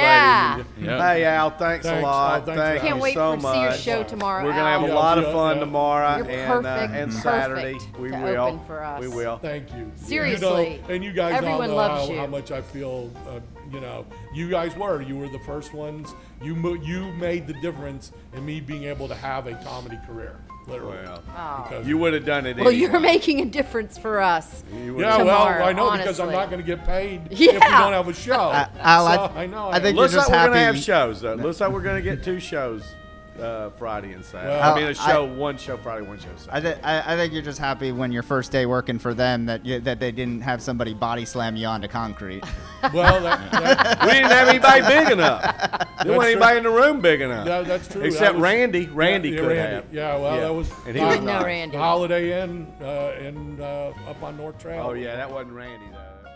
S3: ladies. and
S7: Yeah.
S3: gentlemen. Hey, Al, thanks, a
S5: Thanks,
S3: lot.
S5: Al, thanks,
S3: Thank
S5: Al.
S3: you
S4: Can't wait
S3: so
S4: for
S3: much.
S4: see your show tomorrow.
S3: We're gonna have
S4: Al.
S3: a lot
S5: Yeah,
S3: of fun
S5: yeah.
S3: tomorrow
S4: You're
S3: and, uh,
S4: perfect,
S3: and
S4: perfect
S3: Saturday. We
S4: to
S3: will.
S4: open for us.
S3: We will.
S5: thank you.
S4: Seriously.
S5: You know, and you guys
S4: Everyone
S5: all know
S4: loves
S5: how,
S4: you.
S5: how much I feel uh, You know, you guys were. You were the first ones. You mo- you made the difference in me being able to have a comedy career, literally.
S4: Oh.
S5: Because-
S3: You would have done it.
S4: Well,
S3: anyway.
S4: you're *laughs* making a difference for us.
S5: yeah,
S4: Tomorrow,
S5: well, I know because I'm
S4: honestly.
S5: not going to get paid if we
S4: Yeah.
S5: don't have a show.
S6: I- I-
S5: So, I know.
S6: I think-
S3: Looks
S6: You're
S3: like
S6: just
S3: we're gonna
S6: happy-
S3: have shows though. Looks like we're gonna get two shows uh, Friday and Saturday.
S5: Well,
S3: I mean, a
S6: I-
S3: show, one show Friday, one show Saturday.
S6: I, th- I, I think you're just happy when your first day working for them that you, that they didn't have somebody body slam you onto concrete.
S5: well, that, that,
S3: we didn't have anybody
S5: *laughs*
S3: big enough. There wasn't
S5: That's
S3: anybody in the room big enough.
S5: that- that's true.
S3: Except
S5: That was-
S3: Randy. Randy
S5: yeah,
S3: could
S5: Randy.
S3: have.
S5: Yeah, well, that was.
S3: And he
S5: uh,
S3: was
S4: Didn't know
S3: not.
S4: Randy.
S5: Holiday Inn uh, and uh, up on North Trail.
S3: Oh yeah, that Oh, wasn't Randy though.